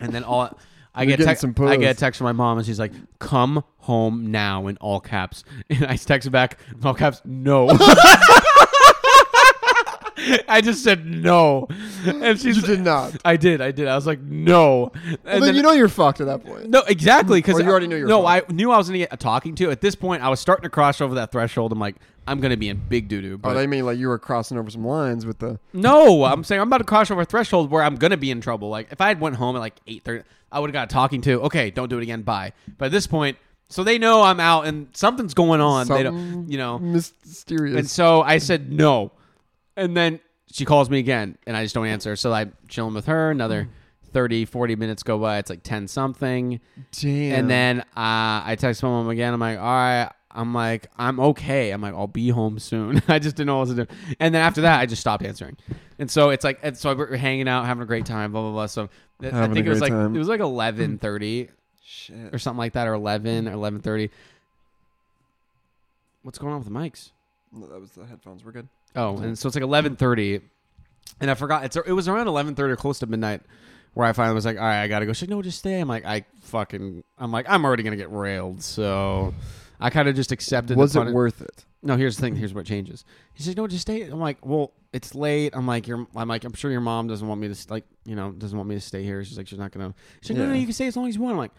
Speaker 1: and then all I
Speaker 2: You're
Speaker 1: get a
Speaker 2: getting
Speaker 1: text.
Speaker 2: some
Speaker 1: I
Speaker 2: puss.
Speaker 1: get a text from my mom, and she's like, "Come home now" in all caps, and I text back in all caps, "No." I just said no, and she's
Speaker 2: You did not.
Speaker 1: I did, I did. I was like, no. And
Speaker 2: Well, then, you know you're fucked at that point.
Speaker 1: no, exactly. Because
Speaker 2: Or you already knew you were
Speaker 1: No, I
Speaker 2: fucked.
Speaker 1: knew I was going to get a talking to. At this point, I was starting to cross over that threshold. I'm like, I'm going to be in big doo doo.
Speaker 2: Oh, they mean like you were crossing over some lines with the.
Speaker 1: No, I'm saying I'm about to cross over a threshold where I'm going to be in trouble. Like if I had went home at like eight thirty, I would have got a talking to. Okay, don't do it again. Bye. But at this point, so they know I'm out and something's going on. they don't,
Speaker 2: Something
Speaker 1: you know.
Speaker 2: mysterious.
Speaker 1: And so I said no. And then she calls me again and I just don't answer. So I'm chilling with her. Another
Speaker 2: Mm.
Speaker 1: 30, 40 minutes go by. It's like 10 something.
Speaker 2: Damn.
Speaker 1: And then uh, I text my mom again. I'm like, all right. I'm like, I'm okay. I'm like, I'll be home soon. I just didn't know what to do. And then after that, I just stopped answering. And so it's like, and so we're hanging out, having a great time, blah blah blah. So th- I
Speaker 2: Having a
Speaker 1: think it was
Speaker 2: great
Speaker 1: like
Speaker 2: time. Hmm.
Speaker 1: it was like 11:30
Speaker 2: Shit.
Speaker 1: or something like that, or 11 or 11:30. What's going on with the mics?
Speaker 2: No, that was the headphones. We're good.
Speaker 1: Oh, and so it's like eleven thirty, and I forgot it's it was around eleven thirty or close to midnight where I finally was like, all right, I gotta go. She's like, no, just stay. I'm like, I fucking, I'm like, I'm already gonna get railed, so I kind of just accepted. the
Speaker 2: Was it
Speaker 1: puni-
Speaker 2: worth it?
Speaker 1: No, here's the thing. Here's what changes. She's like, no, just stay. I'm like, well, it's late. I'm like, your, I'm like, I'm sure your mom doesn't want me to s- like, you know, doesn't want me to stay here. She's like, she's not gonna. She's like, no, no,
Speaker 2: Yeah.
Speaker 1: you can stay as long as you want. I'm like,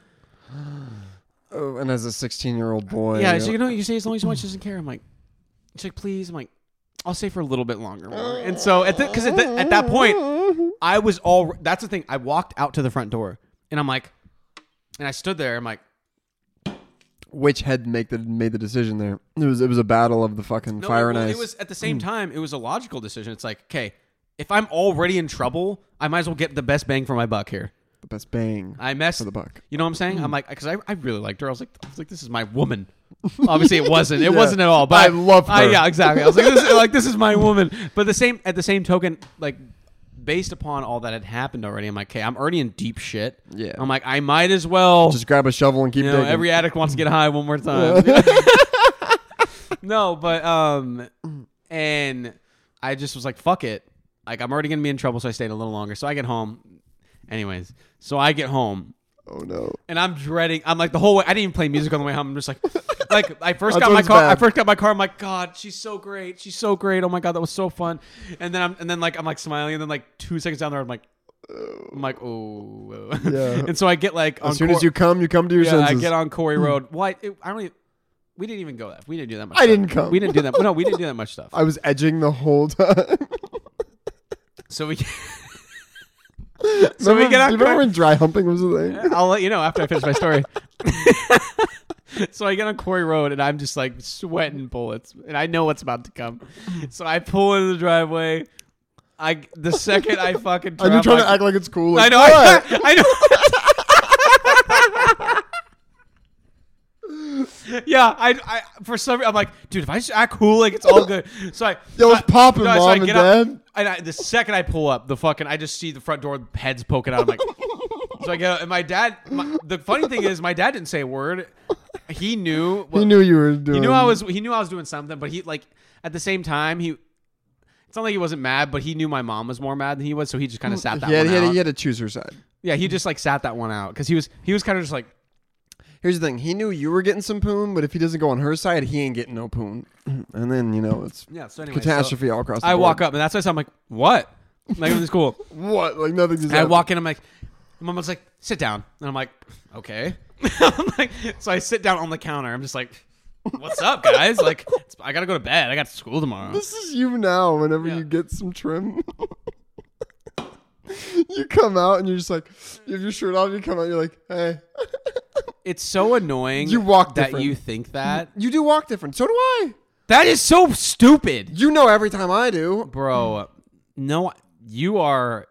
Speaker 2: Oh, and as a 16 year old boy.
Speaker 1: Uh, yeah.
Speaker 2: you
Speaker 1: She's
Speaker 2: know- uh,
Speaker 1: like, no, you can stay as long as you want. She doesn't care. I'm like, she's like, please. I'm like, I'll stay for a little bit longer. more." And so at because at, the- at that point, I was all. That's the thing. I walked out to the front door, and I'm like, and I stood there. I'm like,
Speaker 2: Which head make the made the decision there? It was it was a battle of the fucking
Speaker 1: no,
Speaker 2: fire
Speaker 1: it,
Speaker 2: and
Speaker 1: well,
Speaker 2: ice. Mm.
Speaker 1: it was at the same time. It was a logical decision. It's like, okay, if I'm already in trouble, I might as well get the best bang for my buck here.
Speaker 2: the best bang
Speaker 1: I messed
Speaker 2: for the buck.
Speaker 1: You know what I'm saying?
Speaker 2: Mm.
Speaker 1: I'm like, because I, I really liked her. I was like, I was like, this is my woman. Obviously, it wasn't. It
Speaker 2: Yeah.
Speaker 1: wasn't at all. But
Speaker 2: I love her.
Speaker 1: yeah, exactly. I was like, this, like this is my woman. But the same at the same token, like based upon all that had happened already, I'm like, okay, I'm already in deep shit.
Speaker 2: Yeah.
Speaker 1: I'm like, I might as well.
Speaker 2: Just grab a shovel and keep
Speaker 1: you know,
Speaker 2: digging.
Speaker 1: every addict wants to get high one more time. no, but um, and I just was like, fuck it. Like I'm already gonna be in trouble, so I stayed a little longer. So I get home. Anyways, so I get home
Speaker 2: oh no.
Speaker 1: and I'm dreading. I'm like the whole way. I didn't even play music on the way home. I'm just like, like I first
Speaker 2: That's
Speaker 1: got my
Speaker 2: what's
Speaker 1: car. I
Speaker 2: bad.
Speaker 1: first got my car. I'm like, God, she's so great. She's so great. Oh my God, that was so fun. And then I'm and then like I'm like smiling. And then like two seconds down the road, I'm like, I'm like, oh.
Speaker 2: Yeah.
Speaker 1: and so I get like on
Speaker 2: As soon
Speaker 1: Cor-
Speaker 2: as you come, you come to your
Speaker 1: yeah,
Speaker 2: senses. Hmm.
Speaker 1: I get on Corey Road. Why? it- I don't. Even, we didn't even go that. We didn't do that much.
Speaker 2: I
Speaker 1: stuff.
Speaker 2: didn't come.
Speaker 1: We didn't do that. No, we didn't do that much stuff.
Speaker 2: I was edging the whole time.
Speaker 1: So we.
Speaker 2: remember,
Speaker 1: we get on
Speaker 2: do you remember
Speaker 1: Cor-
Speaker 2: when dry humping was a thing?
Speaker 1: I'll let you know after I finish my story. so I get on Quarry Road and I'm just like sweating bullets, and I know what's about to come. So I pull into the driveway. I the second I fucking
Speaker 2: And you're
Speaker 1: drop
Speaker 2: trying to
Speaker 1: my-
Speaker 2: act like it's cool.
Speaker 1: I
Speaker 2: like,
Speaker 1: know,
Speaker 2: "All
Speaker 1: I,
Speaker 2: right."
Speaker 1: I know. yeah, I, I for some reason I'm like, dude, if I just act cool, like it's all good. So I
Speaker 2: Yo,
Speaker 1: so
Speaker 2: it's
Speaker 1: I-
Speaker 2: poppin',
Speaker 1: I- I
Speaker 2: Mom and
Speaker 1: get up,
Speaker 2: Dad.
Speaker 1: And I, the second I pull up, the fucking I just see the front door heads poking out. I'm like, so I get up, and my dad. My, the funny thing is, my dad didn't say a word. He knew.
Speaker 2: He knew you were doing.
Speaker 1: He knew I was. He knew I was doing something, but he like at the same time he. It's not like he wasn't mad, but he knew my mom was more mad than he was, so he just kind of sat that
Speaker 2: Mm, He had,
Speaker 1: one
Speaker 2: he, had,
Speaker 1: out.
Speaker 2: he had to choose her side.
Speaker 1: Yeah, he just like sat that one out because he was he was kind of just like
Speaker 2: Here's the thing: he knew you were getting some poon, but if he doesn't go on her side, he ain't getting no poon. And then you know it's
Speaker 1: Yeah. So anyway,
Speaker 2: catastrophe all across. The
Speaker 1: I
Speaker 2: board.
Speaker 1: walk up, and that's why I said, I'm like, what? Like I'm in school.
Speaker 2: What? Like nothing. Just
Speaker 1: And I
Speaker 2: happened.
Speaker 1: walk in, I'm like, my mom's like, sit down. And I'm like, okay. I'm like, so I sit down on the counter. I'm just like, what's up, guys? Like, it's- I got to go to bed. I got school tomorrow.
Speaker 2: This is you now. Whenever
Speaker 1: Yeah.
Speaker 2: you get some trim, you come out and you're just like, you have your shirt off. You come out. You're like, hey,
Speaker 1: It's so annoying
Speaker 2: You walk
Speaker 1: that
Speaker 2: different.
Speaker 1: you think that.
Speaker 2: you do walk different. So do I.
Speaker 1: That is so stupid.
Speaker 2: You know every time I do.
Speaker 1: Bro, no, you are.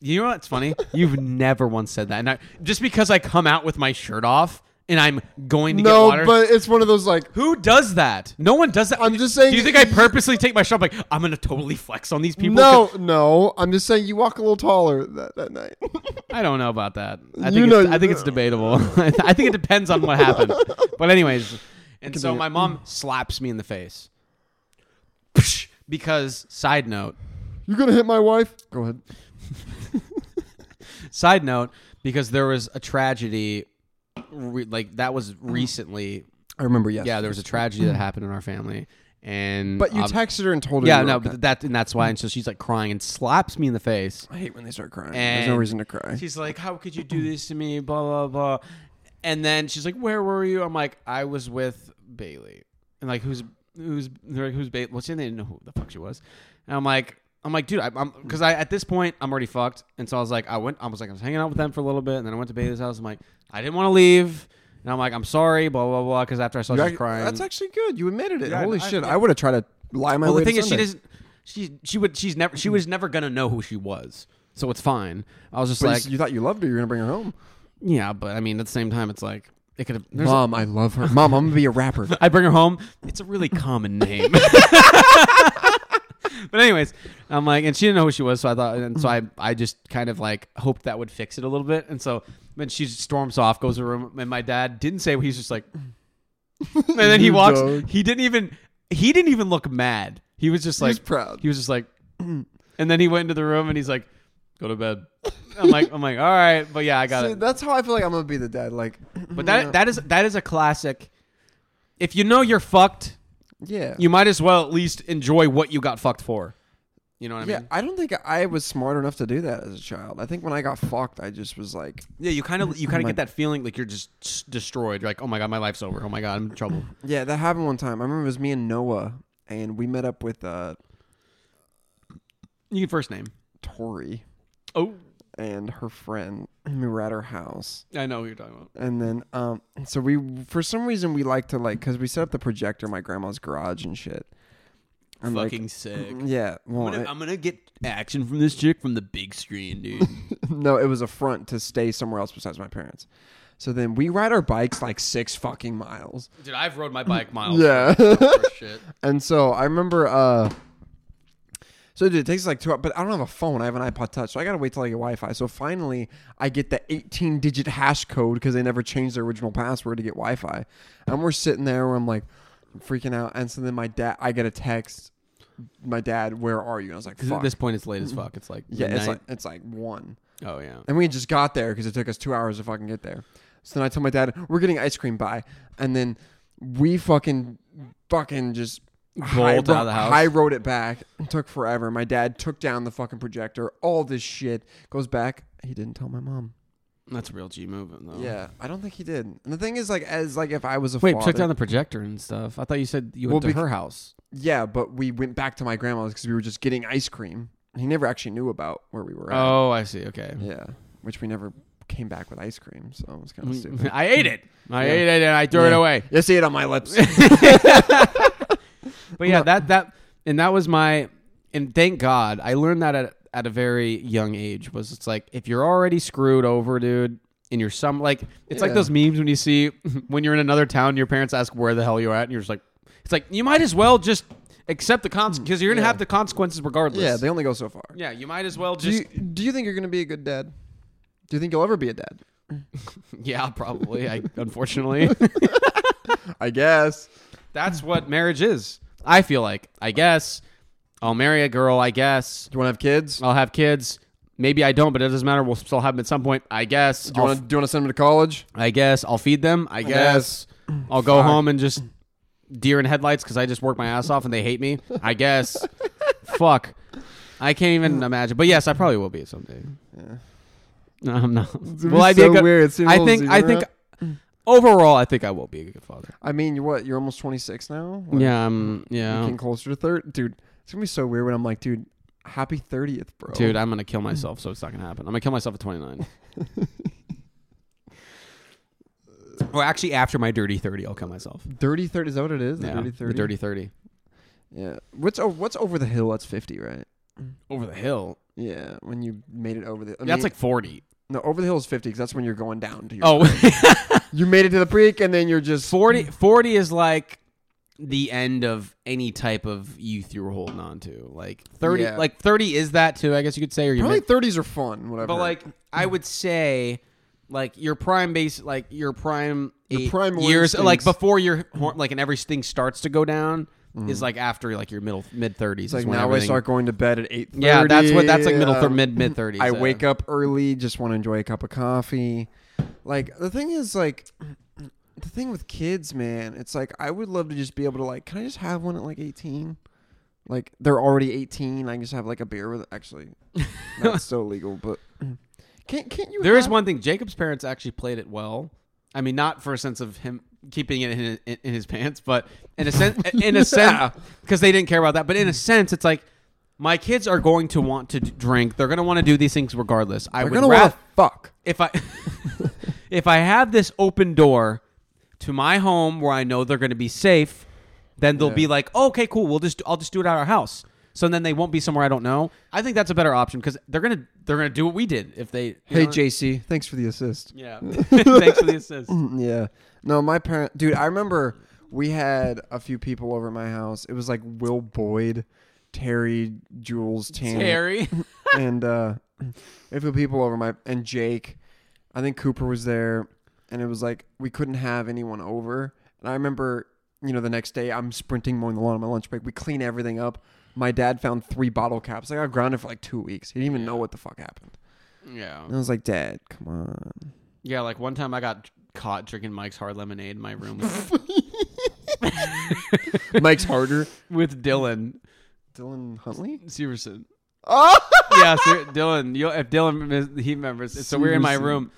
Speaker 1: You know what's funny? You've never once said that. And I, just because I come out with my shirt off and I'm going to get
Speaker 2: No,
Speaker 1: water.
Speaker 2: but it's one of those like.
Speaker 1: Who does that? No one does that.
Speaker 2: I'm just saying-
Speaker 1: Do you think I purposely take my shirt off? Like I'm gonna totally flex on these people.
Speaker 2: No, no. I'm just saying you walk a little taller that, that night.
Speaker 1: I don't know about that. I
Speaker 2: You
Speaker 1: think
Speaker 2: know
Speaker 1: it's,
Speaker 2: you-
Speaker 1: I think it's debatable. I think it depends on what happened. But anyways, and so my mom slaps me in the face. Psh, Because side note,
Speaker 2: you gonna hit my wife? Go ahead.
Speaker 1: side note, because there was a tragedy, re- like that was recently.
Speaker 2: I remember. Mm. Yes. Mm.
Speaker 1: Yeah, there was a tragedy that happened in our family, and
Speaker 2: But you
Speaker 1: ob-
Speaker 2: texted her and told her.
Speaker 1: Um, yeah,
Speaker 2: you were
Speaker 1: no,
Speaker 2: okay.
Speaker 1: but that and that's why, and so she's like crying and slaps me in the face.
Speaker 2: I hate when they start crying.
Speaker 1: And
Speaker 2: There's no reason to cry.
Speaker 1: She's like, "How could you do this to me?" Blah blah blah. And then she's like, "Where were you?" I'm like, "I was with Bailey." And like, who's who's they're like, who's Bailey? What's her name? They didn't know who the fuck she was. And I'm like, I'm like, dude, I, I'm because I at this point I'm already fucked. And so I was like, I went, I was like, I was hanging out with them for a little bit, and then I went to Bailey's house. I'm like, I didn't want to leave. And I'm like, I'm sorry, blah blah blah. Because after I saw she was crying,
Speaker 2: That's actually good. You admitted it.
Speaker 1: Yeah,
Speaker 2: Holy
Speaker 1: I-
Speaker 2: shit!
Speaker 1: yeah.
Speaker 2: I would have tried to lie my
Speaker 1: well,
Speaker 2: way.
Speaker 1: the
Speaker 2: to
Speaker 1: thing is, she
Speaker 2: Sunday.
Speaker 1: doesn't. She she would she's never she was never gonna know who she was. So it's fine. I was just
Speaker 2: But you
Speaker 1: like,
Speaker 2: s- you thought you loved her. You're gonna bring her home.
Speaker 1: Yeah, but I mean, at the same time, it's like it could have. I
Speaker 2: Mom, I love her. Mom, I'm gonna be a rapper.
Speaker 1: bring her home. It's a really common name. but anyways, I'm like, and she didn't know who she was, so I thought, and so I, I just kind of like hoped that would fix it a little bit, and so then she storms off, goes to her room, and my dad didn't say. He's just like, and then he
Speaker 2: You
Speaker 1: walks.
Speaker 2: dog.
Speaker 1: He didn't even. He didn't even look mad. He was just like
Speaker 2: was proud.
Speaker 1: He was just like, and then he went into the room and he's like, "Go to bed." I'm like, I'm like, all right, but yeah, I got
Speaker 2: See,
Speaker 1: it.
Speaker 2: that's how I feel like I'm gonna be the dad. Like,
Speaker 1: But that that is that is a classic. If you know you're fucked,
Speaker 2: yeah,
Speaker 1: you might as well at least enjoy what you got fucked for. You know what I
Speaker 2: yeah.
Speaker 1: mean?
Speaker 2: I don't think I was smart enough to do that as a child. I think when I got fucked, I just was like,
Speaker 1: Yeah, you kind of you kind of
Speaker 2: My-
Speaker 1: get that feeling like you're just s- destroyed. You're like, oh my god, my life's over. Oh my god, I'm in trouble.
Speaker 2: yeah, that happened one time. I remember it was me and Noah, and we met up with uh,
Speaker 1: You can first name.
Speaker 2: Tori
Speaker 1: Oh,
Speaker 2: and her friend. We were at her house,
Speaker 1: I know what you're talking about.
Speaker 2: and then um so we for some reason we like to like because we set up the projector in my grandma's garage and shit and like "Mm,
Speaker 1: Fucking sick.
Speaker 2: yeah well,
Speaker 1: I'm gonna,
Speaker 2: it-
Speaker 1: I'm gonna get action from this chick from the big screen, dude.
Speaker 2: no it was a front to stay somewhere else besides my parents so then we ride our bikes like six fucking miles
Speaker 1: dude, I've rode my bike miles.
Speaker 2: yeah
Speaker 1: for shit.
Speaker 2: and so i remember uh so dude, it takes like two hours, but I don't have a phone. I have an iPod Touch, so I gotta wait till I get Wi-Fi. So finally, I get the 18-digit hash code because they never changed their original password to get Wi-Fi. And we're sitting there, where I'm like freaking out. And so then my dad, I get a text, my dad, where are you? And I was like,
Speaker 1: 'Cause
Speaker 2: fuck.
Speaker 1: At this point, it's late as fuck. It's like
Speaker 2: yeah, it's
Speaker 1: midnight.
Speaker 2: like it's like one.
Speaker 1: oh yeah.
Speaker 2: And we had just got there because it took us two hours to fucking get there. So then I told my dad, we're getting ice cream by. And then we fucking, fucking just high,
Speaker 1: Bolted out of the house.
Speaker 2: high rode it back. It took forever. My dad took down the fucking projector, all this shit. Goes back. He didn't tell my mom.
Speaker 1: That's real G movement though.
Speaker 2: Yeah, I don't think he did. And the thing is, like, as like if I was a
Speaker 1: Wait,
Speaker 2: father,
Speaker 1: took down the projector and stuff. I thought you said you
Speaker 2: Well,
Speaker 1: went to
Speaker 2: bec-
Speaker 1: her house.
Speaker 2: yeah, but we went back to my grandma's because we were just getting ice cream. He never actually knew about where we were at.
Speaker 1: Oh, I see. Okay.
Speaker 2: Yeah, which we never came back with ice cream, so it was kind
Speaker 1: Mm.
Speaker 2: of stupid.
Speaker 1: I ate it. I
Speaker 2: Yeah.
Speaker 1: ate it and I threw it
Speaker 2: Yeah.
Speaker 1: away.
Speaker 2: You see it on my lips.
Speaker 1: But yeah, that that and that was my and thank God I learned that at at a very young age was it's like if you're already screwed over, dude, and you're some like it's like
Speaker 2: Yeah.
Speaker 1: those memes when you see when you're in another town, your parents ask where the hell you're at, and you're just like, it's like you might as well just accept the consequences because you're gonna
Speaker 2: Yeah.
Speaker 1: have the consequences regardless.
Speaker 2: Yeah, they only go so far.
Speaker 1: yeah, you might as well
Speaker 2: Do
Speaker 1: just
Speaker 2: you, do you think you're going to be a good dad? Do you think you'll ever be a dad?
Speaker 1: yeah, probably. I unfortunately.
Speaker 2: I guess.
Speaker 1: That's what marriage is. I feel like. I guess I'll marry a girl. I guess
Speaker 2: Do you want to have kids?
Speaker 1: I'll have kids. Maybe I don't, but it doesn't matter. We'll still have them at some point. I guess.
Speaker 2: Do you
Speaker 1: I'll,
Speaker 2: want to send him to college?
Speaker 1: I guess I'll feed them. I guess. I'll go home and just deer in headlights because I just work my ass off and they hate me. I guess. Fuck. I can't even imagine. But yes, I probably will be someday. No, I'm not.
Speaker 2: be
Speaker 1: Will I be a
Speaker 2: so
Speaker 1: good-
Speaker 2: weird. It's
Speaker 1: I
Speaker 2: your
Speaker 1: think.
Speaker 2: own
Speaker 1: I
Speaker 2: zero.
Speaker 1: think. Overall, I think I will be a good father.
Speaker 2: I mean, you're what? You're almost 26 now? Like,
Speaker 1: Yeah, um,
Speaker 2: you're
Speaker 1: yeah,
Speaker 2: Getting closer to 30. Dude, it's going to be so weird when I'm like, dude, happy 30th, bro.
Speaker 1: dude. I'm gonna kill myself, so it's not gonna happen. I'm gonna kill myself at 29. or actually, after my dirty 30, I'll kill myself.
Speaker 2: Dirty 30. Is that what it is? The
Speaker 1: yeah,
Speaker 2: dirty 30?
Speaker 1: the dirty 30.
Speaker 2: Yeah. What's, oh, what's over the hill? That's 50, right?
Speaker 1: Over the hill.
Speaker 2: Yeah. When you made it over the I
Speaker 1: That's
Speaker 2: mean-
Speaker 1: like 40.
Speaker 2: No, over the hill is 50 because that's when you're going down to your.
Speaker 1: Oh,
Speaker 2: You made it to the creek and then you're just.
Speaker 1: 40, 40 is like the end of any type of youth you were holding on to. Like 30,
Speaker 2: Yeah.
Speaker 1: like 30 is that too, I guess you could say. Or you
Speaker 2: Probably 30s are fun, whatever.
Speaker 1: But like I would say, like your prime base, like your prime
Speaker 2: Your
Speaker 1: eight
Speaker 2: primal
Speaker 1: years, like
Speaker 2: instincts.
Speaker 1: before your hor- like and everything starts to go down is like after like your middle mid thirties.
Speaker 2: Mm-hmm. It's like now I start going to bed at 8
Speaker 1: Yeah, that's what that's like middle thir- mid mid thirties.
Speaker 2: I wake up early, just want to enjoy a cup of coffee. Like the thing is, like the thing with kids, man, it's like I would love to just be able to like, can I just have one at like eighteen? Like they're already eighteen, I can just have like a beer with. Actually, that's so legal, but can't can't you?
Speaker 1: There is
Speaker 2: have-
Speaker 1: one thing. Jacob's parents actually played it well. I mean, not for a sense of him keeping it in, in, in his pants, but in a sense, in a sense, because they didn't care about that. But in a sense, it's like my kids are going to want to d- drink. They're going to want to do these things regardless. I
Speaker 2: They're
Speaker 1: would
Speaker 2: gonna
Speaker 1: ra-
Speaker 2: want to fuck.
Speaker 1: if I if I have this open door to my home where I know they're going to be safe, then they'll be like, oh, "Okay, cool. We'll just I'll just do it at our house." So then they won't be somewhere I don't know. I think that's a better option because they're gonna they're gonna do what we did if they. you
Speaker 2: Hey,
Speaker 1: know?
Speaker 2: JC, thanks for the assist.
Speaker 1: Yeah. Thanks for the assist.
Speaker 2: Yeah. No, my parent, dude. I remember we had a few people over at my house. It was like Will Boyd, Terry, Jules, Tanner,
Speaker 1: Terry.
Speaker 2: and uh, we had a few people over. My and Jake. I think Cooper was there, and it was like we couldn't have anyone over. And I remember, you know, the next day I'm sprinting mowing the lawn on my lunch break. We clean everything up. My dad found three bottle caps. I got grounded for like two weeks. He didn't even know what the fuck happened.
Speaker 1: Yeah.
Speaker 2: And I was like, Dad, come on.
Speaker 1: Yeah. Like one time I got caught drinking Mike's hard lemonade in my room with,
Speaker 2: Mike's harder.
Speaker 1: with Dylan
Speaker 2: Dylan Huntley.
Speaker 1: Severson.
Speaker 2: Oh.
Speaker 1: yeah, sir, Dylan. You if Dylan mis- he remembers, so we're in my
Speaker 2: Seriously.
Speaker 1: room,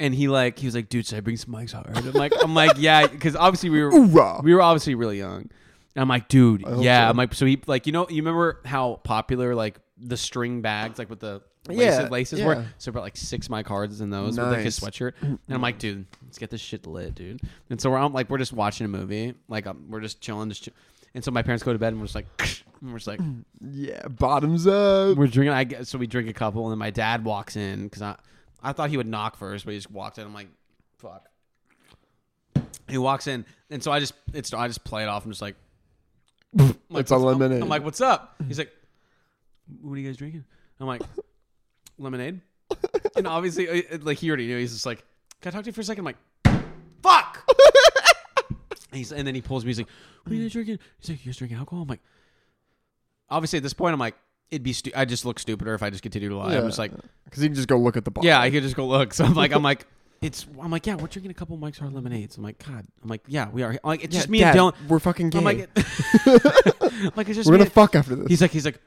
Speaker 1: and he like he was like, "Dude, should I bring some mics hard?" I'm like, I'm like, yeah, because obviously we were
Speaker 2: Hoorah.
Speaker 1: we were obviously really young. And I'm like, dude,
Speaker 2: hope
Speaker 1: yeah.
Speaker 2: so.
Speaker 1: I'm like, so he like you know you remember how popular like the string bags like with the laces,
Speaker 2: Yeah,
Speaker 1: laces
Speaker 2: yeah.
Speaker 1: were. So about like six of my cards in those with like his
Speaker 2: Nice.
Speaker 1: sweatshirt, and I'm like, dude, let's get this shit lit, dude. And so we're out like we're just watching a movie, like um, we're just chilling, just. Chill- and so my parents go to bed, and we're just like, and we're just like.
Speaker 2: Yeah, bottoms up.
Speaker 1: We're drinking. I guess, so we drink a couple, and then my dad walks in because I, I thought he would knock first, but he just walked in. I'm like, fuck. He walks in, and so I just it's I just play it off. I'm just like, I'm like,
Speaker 2: It's a
Speaker 1: what's- I'm-
Speaker 2: lemonade.
Speaker 1: I'm like, what's up? He's like, what are you guys drinking? I'm like, lemonade. And obviously, it- it- like he already knew. He's just like, can I talk to you for a second? I'm like, fuck. And he's, and then he pulls me. He's like, "What are you guys drinking?" He's like, "You guys drinking alcohol?" I'm like, obviously at this point, I'm like, it'd be stu- I just look stupider if I just continue to lie. I'm just like,
Speaker 2: because you can just go look at the bottle.
Speaker 1: yeah, I could just go look. So I'm like, I'm like, it's I'm like, yeah, we're drinking a couple Mike's Hard Lemonades. I'm like, God, I'm like, yeah, we are. I'm like, it's just me
Speaker 2: Dad,
Speaker 1: and Dylan.
Speaker 2: We're fucking gay.
Speaker 1: I'm like, it- I'm like, it's just
Speaker 2: we're
Speaker 1: me
Speaker 2: gonna
Speaker 1: and-
Speaker 2: fuck after this.
Speaker 1: He's like, he's like,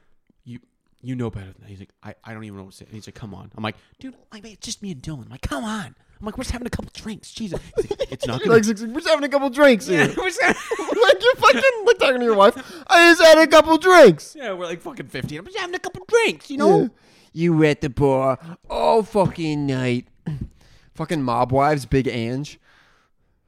Speaker 1: you you know better than that. He's like, I, I don't even know what to say. And he's like, come on. I'm like, dude, like, it's just me and Dylan. I'm like, come on. I'm like, we're just having a couple drinks. Jesus, He's like, it's not gonna.
Speaker 2: like, six- we're just having a couple drinks here.
Speaker 1: We're just having-
Speaker 2: like you're fucking like talking to your wife. I just had a couple drinks.
Speaker 1: Yeah, we're like fucking 15. I'm just having a couple drinks, you know?
Speaker 2: You at the bar all fucking night. fucking Mob Wives, Big Ange.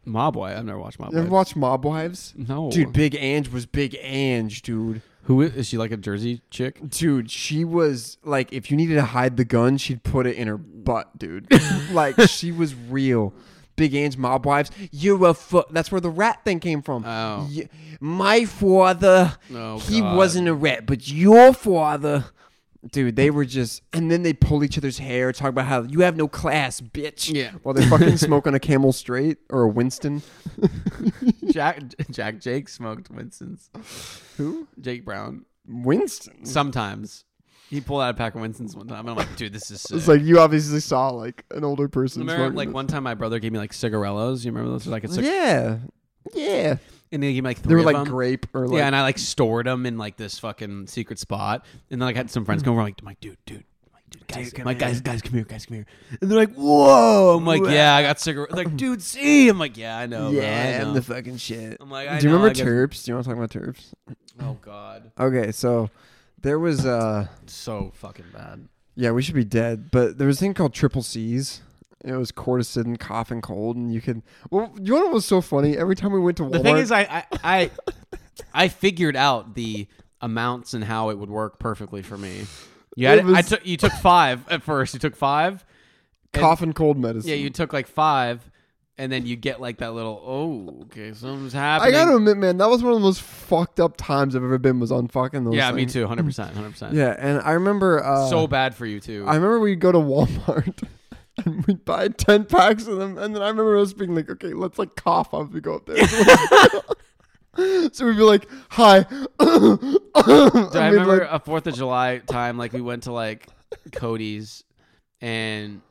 Speaker 1: Mob Wife. I've never watched Mob
Speaker 2: You ever
Speaker 1: Wife.
Speaker 2: watch Mob Wives?
Speaker 1: no.
Speaker 2: Dude, Big Ange was Big Ange, dude.
Speaker 1: Who is, is she like a Jersey chick?
Speaker 2: Dude, she was like, if you needed to hide the gun, she'd put it in her butt, dude. like she was real. Big Ange mob wives. You a fu- That's where the rat thing came from.
Speaker 1: Oh.
Speaker 2: Y- my father.
Speaker 1: Oh,
Speaker 2: he
Speaker 1: God.
Speaker 2: wasn't a rat, but your father. Dude, they were just, and then they pull each other's hair, talk about how you have no class, bitch.
Speaker 1: Yeah.
Speaker 2: While they're fucking smoking a Camel Straight or a Winston.
Speaker 1: Jack Jack Jake smoked Winston's.
Speaker 2: Who?
Speaker 1: Jake Brown.
Speaker 2: Winston.
Speaker 1: Sometimes. He pulled out a pack of Winston's one time, and I'm like, dude, this is sick.
Speaker 2: It's like you obviously saw like an older person.
Speaker 1: remember, like one time, my brother gave me like cigarellos. You remember those? They're Like it's like,
Speaker 2: yeah, yeah.
Speaker 1: and they gave me like three
Speaker 2: They were
Speaker 1: of
Speaker 2: like
Speaker 1: them.
Speaker 2: grape or like
Speaker 1: yeah, and I like stored them in like this fucking secret spot, and then I had some friends come over. I'm like, my dude, dude. my Dude, guys, my guys, guys, come here, guys, come here, and they're like, "Whoa!" I'm like, "Yeah, I got cigarette." Like, dude, see, I'm like, "Yeah, I know." bro, I know."
Speaker 2: fucking shit.
Speaker 1: I'm like, I
Speaker 2: Do you
Speaker 1: know,
Speaker 2: remember
Speaker 1: I guess-
Speaker 2: Terps? Do you want to talk about Terps?
Speaker 1: oh god,
Speaker 2: Okay, so there was uh
Speaker 1: so fucking bad.
Speaker 2: yeah, we should be dead, but there was a thing called triple C's. It was cortisone, cough, and cold, and you could. Well, you know what was so funny? Every time we went to Walmart,
Speaker 1: The thing is, I I, I I figured out the amounts and how it would work perfectly for me. You had
Speaker 2: It was-
Speaker 1: I took you took five at first. You took five.
Speaker 2: cough and cold medicine.
Speaker 1: Yeah, you took like five, and then you get like that little oh okay something's
Speaker 2: I
Speaker 1: happening.
Speaker 2: gotta admit, man, that was one of the most fucked up times I've ever been. Was on fucking those.
Speaker 1: yeah, me
Speaker 2: things.
Speaker 1: too. Hundred percent. Hundred percent.
Speaker 2: Mm. Yeah, and I remember. Uh,
Speaker 1: So bad for you too.
Speaker 2: I remember we'd go to Walmart and we'd buy 10 packs of them. And then I remember us being like, okay, let's like cough off we go up there. so we'd be like, hi.
Speaker 1: Dude, I
Speaker 2: I
Speaker 1: remember
Speaker 2: like,
Speaker 1: a Fourth of July time, like we went to like Cody's, and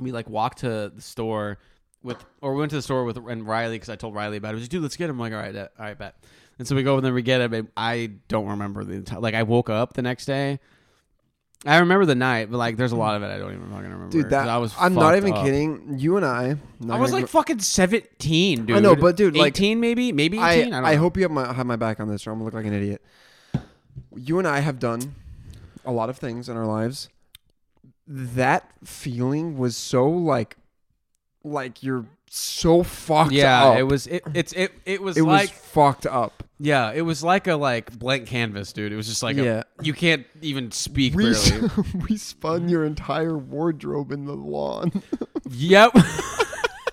Speaker 1: we like walked to the store with, or we went to the store with and Riley because I told Riley about it. I was like, dude, let's get him. I'm like, all right, bet. all right, bet. And so we go over there, we get him. And I don't remember the entire. Like I woke up the next day. I remember the night, but like there's a lot of it I don't even fucking remember.
Speaker 2: Mm. dude,
Speaker 1: 'cause
Speaker 2: that
Speaker 1: I was.
Speaker 2: I'm not
Speaker 1: fucked
Speaker 2: even
Speaker 1: up.
Speaker 2: kidding. You and I. not
Speaker 1: I was
Speaker 2: gonna-
Speaker 1: like fucking 17, dude.
Speaker 2: I know, but dude, like-
Speaker 1: 18 maybe, maybe 18.
Speaker 2: I,
Speaker 1: don't
Speaker 2: I
Speaker 1: know.
Speaker 2: hope you have my, have my back on this or I'm going to look like an idiot. You and I have done a lot of things in our lives. That feeling was so like, like you're so fucked
Speaker 1: Yeah,
Speaker 2: up.
Speaker 1: it was. It, it's it. It was
Speaker 2: It
Speaker 1: like
Speaker 2: was fucked up.
Speaker 1: Yeah, it was like a like blank canvas, dude. It was just like
Speaker 2: Yeah.
Speaker 1: a, you can't even speak
Speaker 2: We,
Speaker 1: barely.
Speaker 2: we spun your entire wardrobe in the lawn.
Speaker 1: yep.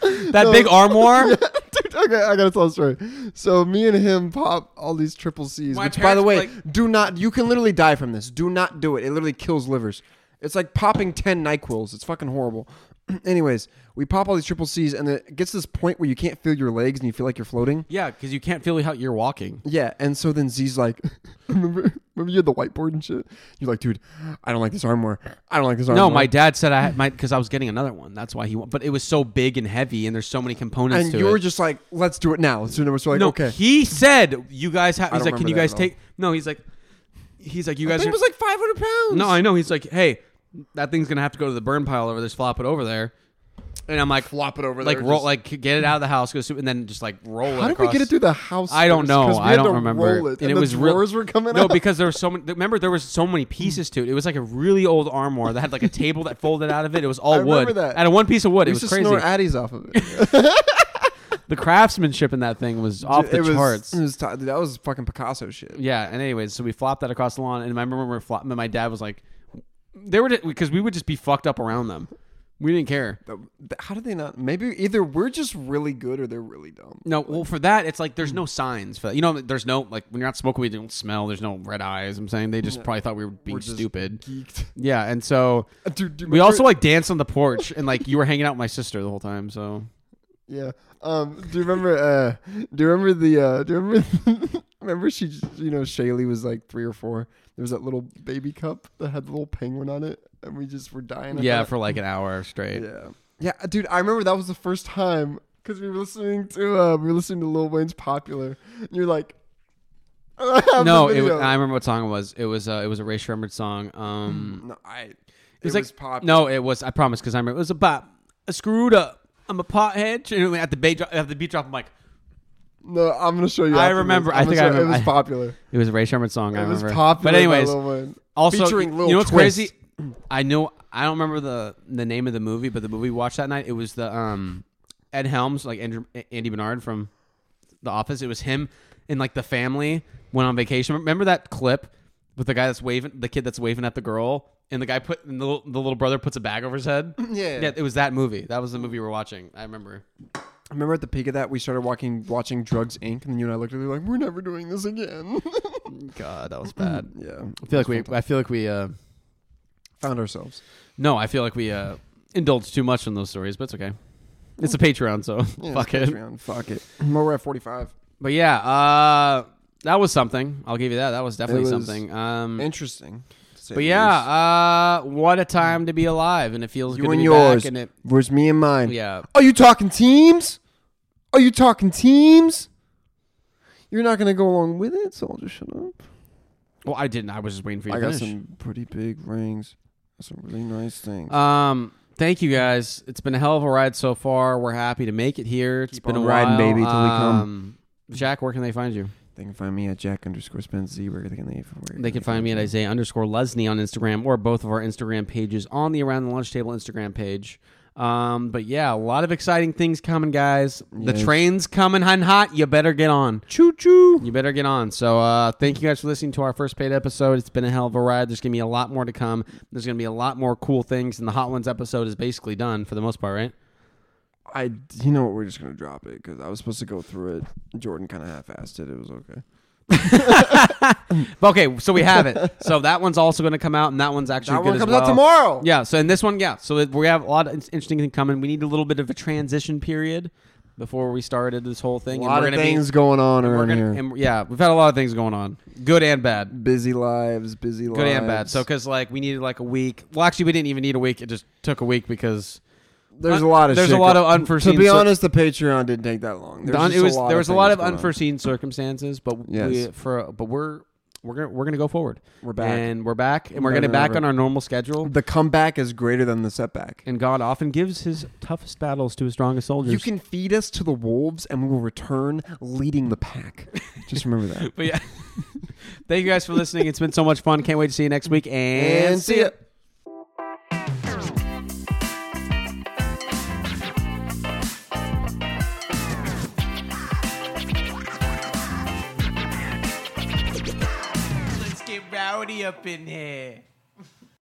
Speaker 1: that big armoire.
Speaker 2: Dude, okay, I gotta tell a story. So me and him pop all these triple C's,
Speaker 1: My
Speaker 2: which by the way,
Speaker 1: parents,
Speaker 2: do not. You can literally die from this. Do not do it. It literally kills livers. It's like popping ten Nyquils. It's fucking horrible. Anyways, we pop all these triple C's, and then it gets to this point where you can't feel your legs, and you feel like you're floating.
Speaker 1: Yeah, because you can't feel how you're walking.
Speaker 2: Yeah, and so then Z's like, remember, remember you had the whiteboard and shit. You're like, dude, I don't like this armor. I don't like this armor.
Speaker 1: No, my dad said I had my because I was getting another one. That's why he. wa- But it was so big and heavy, and there's so many components
Speaker 2: and
Speaker 1: to
Speaker 2: you
Speaker 1: it.
Speaker 2: were just like, let's do it now. So then we're like,
Speaker 1: no,
Speaker 2: okay.
Speaker 1: he said you guys have. He's
Speaker 2: don't
Speaker 1: like, can
Speaker 2: remember
Speaker 1: you
Speaker 2: that
Speaker 1: guys
Speaker 2: at all.
Speaker 1: take? No, he's like, he's like, you guys.
Speaker 2: It
Speaker 1: are-
Speaker 2: was like 500 pounds.
Speaker 1: No, I know. He's like, hey, that thing's gonna have to go to the burn pile over there. Just flop it over there. And I'm like,
Speaker 2: flop it over
Speaker 1: like
Speaker 2: there.
Speaker 1: roll,
Speaker 2: just-
Speaker 1: like get it out of the house, go soup, and then just like roll it.
Speaker 2: How did we
Speaker 1: across-
Speaker 2: get it through the house?
Speaker 1: I don't
Speaker 2: first?
Speaker 1: know.
Speaker 2: 'Cause we
Speaker 1: I
Speaker 2: had
Speaker 1: don't
Speaker 2: to
Speaker 1: remember.
Speaker 2: roll
Speaker 1: And
Speaker 2: the
Speaker 1: it was real-
Speaker 2: drawers were coming
Speaker 1: No,
Speaker 2: out.
Speaker 1: because there was so many. Remember, there was so many pieces to it. It was like a really old armoire that had like a table that folded out of it. It was all
Speaker 2: I remember
Speaker 1: wood.
Speaker 2: that.
Speaker 1: Out of one piece of wood, it
Speaker 2: we used
Speaker 1: was
Speaker 2: to
Speaker 1: crazy.
Speaker 2: snore Addies off of it.
Speaker 1: the craftsmanship in that thing was off the
Speaker 2: it was,
Speaker 1: charts.
Speaker 2: It was t- dude, that was fucking Picasso shit.
Speaker 1: yeah. And anyways, so we flopped that across the lawn, and I remember when we were flopping. My dad was like, "They were because we would just be fucked up around them. We didn't care."
Speaker 2: Th- th- How did they not? Maybe either we're just really good or they're really dumb.
Speaker 1: No, well, for that, it's like there's no signs for that. You know, there's no like when you're not smoking, we don't smell. There's no red eyes. I'm saying they just probably thought we were being
Speaker 2: We're just
Speaker 1: stupid.
Speaker 2: Geeked.
Speaker 1: Yeah, and so
Speaker 2: Dude, dude,
Speaker 1: we
Speaker 2: remember-
Speaker 1: also like danced on the porch, and like you were hanging out with my sister the whole time. So
Speaker 2: Yeah. Um. Do you remember? Uh. Do you remember the? Uh. Do you remember? remember she? j- You know, Shaylee was like three or four. There was that little baby cup that had the little penguin on it, and we just were dying. of
Speaker 1: yeah,
Speaker 2: that.
Speaker 1: for like an hour straight.
Speaker 2: Yeah. Yeah, uh, dude, I remember that was the first time because we were listening to uh, we were listening to Lil Wayne's "Popular," and you're like, I have
Speaker 1: No,
Speaker 2: the
Speaker 1: it was,
Speaker 2: video.
Speaker 1: I remember what song it was. It was uh, it was a Ray Sherman song. Um,
Speaker 2: no, I. It,
Speaker 1: it was,
Speaker 2: was
Speaker 1: like
Speaker 2: popular.
Speaker 1: no, it was. I promise, because I remember it was a bop. I screwed up. I'm a pothead. And at the beat drop, at the beat drop, I'm like,
Speaker 2: No, I'm gonna show you.
Speaker 1: I
Speaker 2: afterwards.
Speaker 1: remember- I
Speaker 2: I'm gonna
Speaker 1: think I
Speaker 2: show- It
Speaker 1: remember-
Speaker 2: was
Speaker 1: I-
Speaker 2: popular.
Speaker 1: it was a Ray Sherman song. I
Speaker 2: It was
Speaker 1: remember.
Speaker 2: popular.
Speaker 1: but
Speaker 2: by
Speaker 1: anyways,
Speaker 2: Lil Wayne.
Speaker 1: Also,
Speaker 2: Featuring
Speaker 1: you
Speaker 2: Lil
Speaker 1: know what's
Speaker 2: Twist.
Speaker 1: crazy? I know I don't remember the the name of the movie, but the movie we watched that night it was the um Ed Helms, like Andrew, Andy Bernard from The Office. It was him and like the family went on vacation. Remember that clip with the guy that's waving, the kid that's waving at the girl, and the guy put and the, little- the little brother puts a bag over his head.
Speaker 2: Yeah.
Speaker 1: yeah, it was that movie. That was the movie we were watching. I remember.
Speaker 2: I remember at the peak of that, we started walking, watching Drugs Inc., and then you and I looked at it like, we're never doing this again.
Speaker 1: God, that was bad.
Speaker 2: yeah,
Speaker 1: I feel like we. I feel like we. Uh,
Speaker 2: found ourselves.
Speaker 1: no, I feel like we uh, indulged too much in those stories, but it's okay. It's a Patreon, so
Speaker 2: Yeah,
Speaker 1: fuck it.
Speaker 2: it's Patreon. Fuck it. Well, We're at 45.
Speaker 1: But yeah, uh that was something. I'll give you that. That was
Speaker 2: was-
Speaker 1: definitely something. Um,
Speaker 2: Interesting. to say
Speaker 1: but
Speaker 2: the
Speaker 1: yeah,
Speaker 2: least.
Speaker 1: uh, what a time to be alive, and it feels
Speaker 2: you
Speaker 1: good to
Speaker 2: and
Speaker 1: be
Speaker 2: yours.
Speaker 1: back. And it,
Speaker 2: Where's me and mine?
Speaker 1: yeah,
Speaker 2: Are you talking teams? Are you talking teams? You're not gonna go along with it, so I'll just shut up.
Speaker 1: Well, I didn't. I was just waiting for you
Speaker 2: I
Speaker 1: to
Speaker 2: got
Speaker 1: finish.
Speaker 2: some pretty big rings. Some really nice things.
Speaker 1: Um, thank you guys. It's been a hell of a ride so far. We're happy to make it here. It's
Speaker 2: Keep
Speaker 1: been
Speaker 2: on
Speaker 1: a
Speaker 2: riding,
Speaker 1: while.
Speaker 2: baby, till we come.
Speaker 1: Um, Jack, where can they find you?
Speaker 2: they can find me at Jack underscore Spence Z. Where can they? Where
Speaker 1: They can find me at Isaiah underscore Lesney on Instagram or both of our Instagram pages on the Around the Lunch Table Instagram page. Um, but yeah, a lot of exciting things coming, guys. The
Speaker 2: Yes.
Speaker 1: train's coming hun hot. You better get on.
Speaker 2: Choo choo.
Speaker 1: You better get on. So uh, thank you guys for listening to our first paid episode. It's been a hell of a ride. There's gonna be a lot more to come. There's gonna be a lot more cool things, and the Hot Ones episode is basically done for the most part, right?
Speaker 2: I, you know what? We're just gonna drop it because I was supposed to go through it. Jordan kind of half-assed it. It was okay.
Speaker 1: But okay, so we have it. so that one's also going to come out, and that one's actually
Speaker 2: That
Speaker 1: good
Speaker 2: one
Speaker 1: as
Speaker 2: comes out
Speaker 1: well.
Speaker 2: tomorrow.
Speaker 1: Yeah. So and this one, yeah. So it- we have a lot of in- interesting things coming. We need a little bit of a transition period before we started this whole
Speaker 2: a
Speaker 1: thing.
Speaker 2: lot
Speaker 1: and we're
Speaker 2: of
Speaker 1: gonna
Speaker 2: things
Speaker 1: Be,
Speaker 2: going on
Speaker 1: we're
Speaker 2: around here.
Speaker 1: gonna, and, yeah, we've had a lot of things going on, good and bad.
Speaker 2: Busy lives, busy lives.
Speaker 1: Good and bad. So, because like we needed like a week. Well, actually, we didn't even need a week. It just took a week because
Speaker 2: there's a lot of
Speaker 1: there's
Speaker 2: shit
Speaker 1: a lot
Speaker 2: go-
Speaker 1: of unforeseen.
Speaker 2: To be
Speaker 1: cir-
Speaker 2: honest, the Patreon didn't take that long. There's
Speaker 1: Don-
Speaker 2: just
Speaker 1: it was
Speaker 2: a lot
Speaker 1: there was a lot
Speaker 2: things
Speaker 1: of
Speaker 2: going on.
Speaker 1: unforeseen circumstances, but we
Speaker 2: Yes.
Speaker 1: for but we're we're gonna we're gonna go forward.
Speaker 2: We're back.
Speaker 1: and we're back and we're
Speaker 2: Better than
Speaker 1: gonna back
Speaker 2: ever.
Speaker 1: on our normal schedule.
Speaker 2: the comeback is greater than the setback.
Speaker 1: And God often gives his toughest battles to his strongest soldiers.
Speaker 2: You can feed us to the wolves, and we will return leading the pack. Just remember that.
Speaker 1: but yeah. Thank you guys for listening. It's been so much fun. Can't wait to see you next week. And,
Speaker 2: ya.
Speaker 1: Let's get rowdy up in here.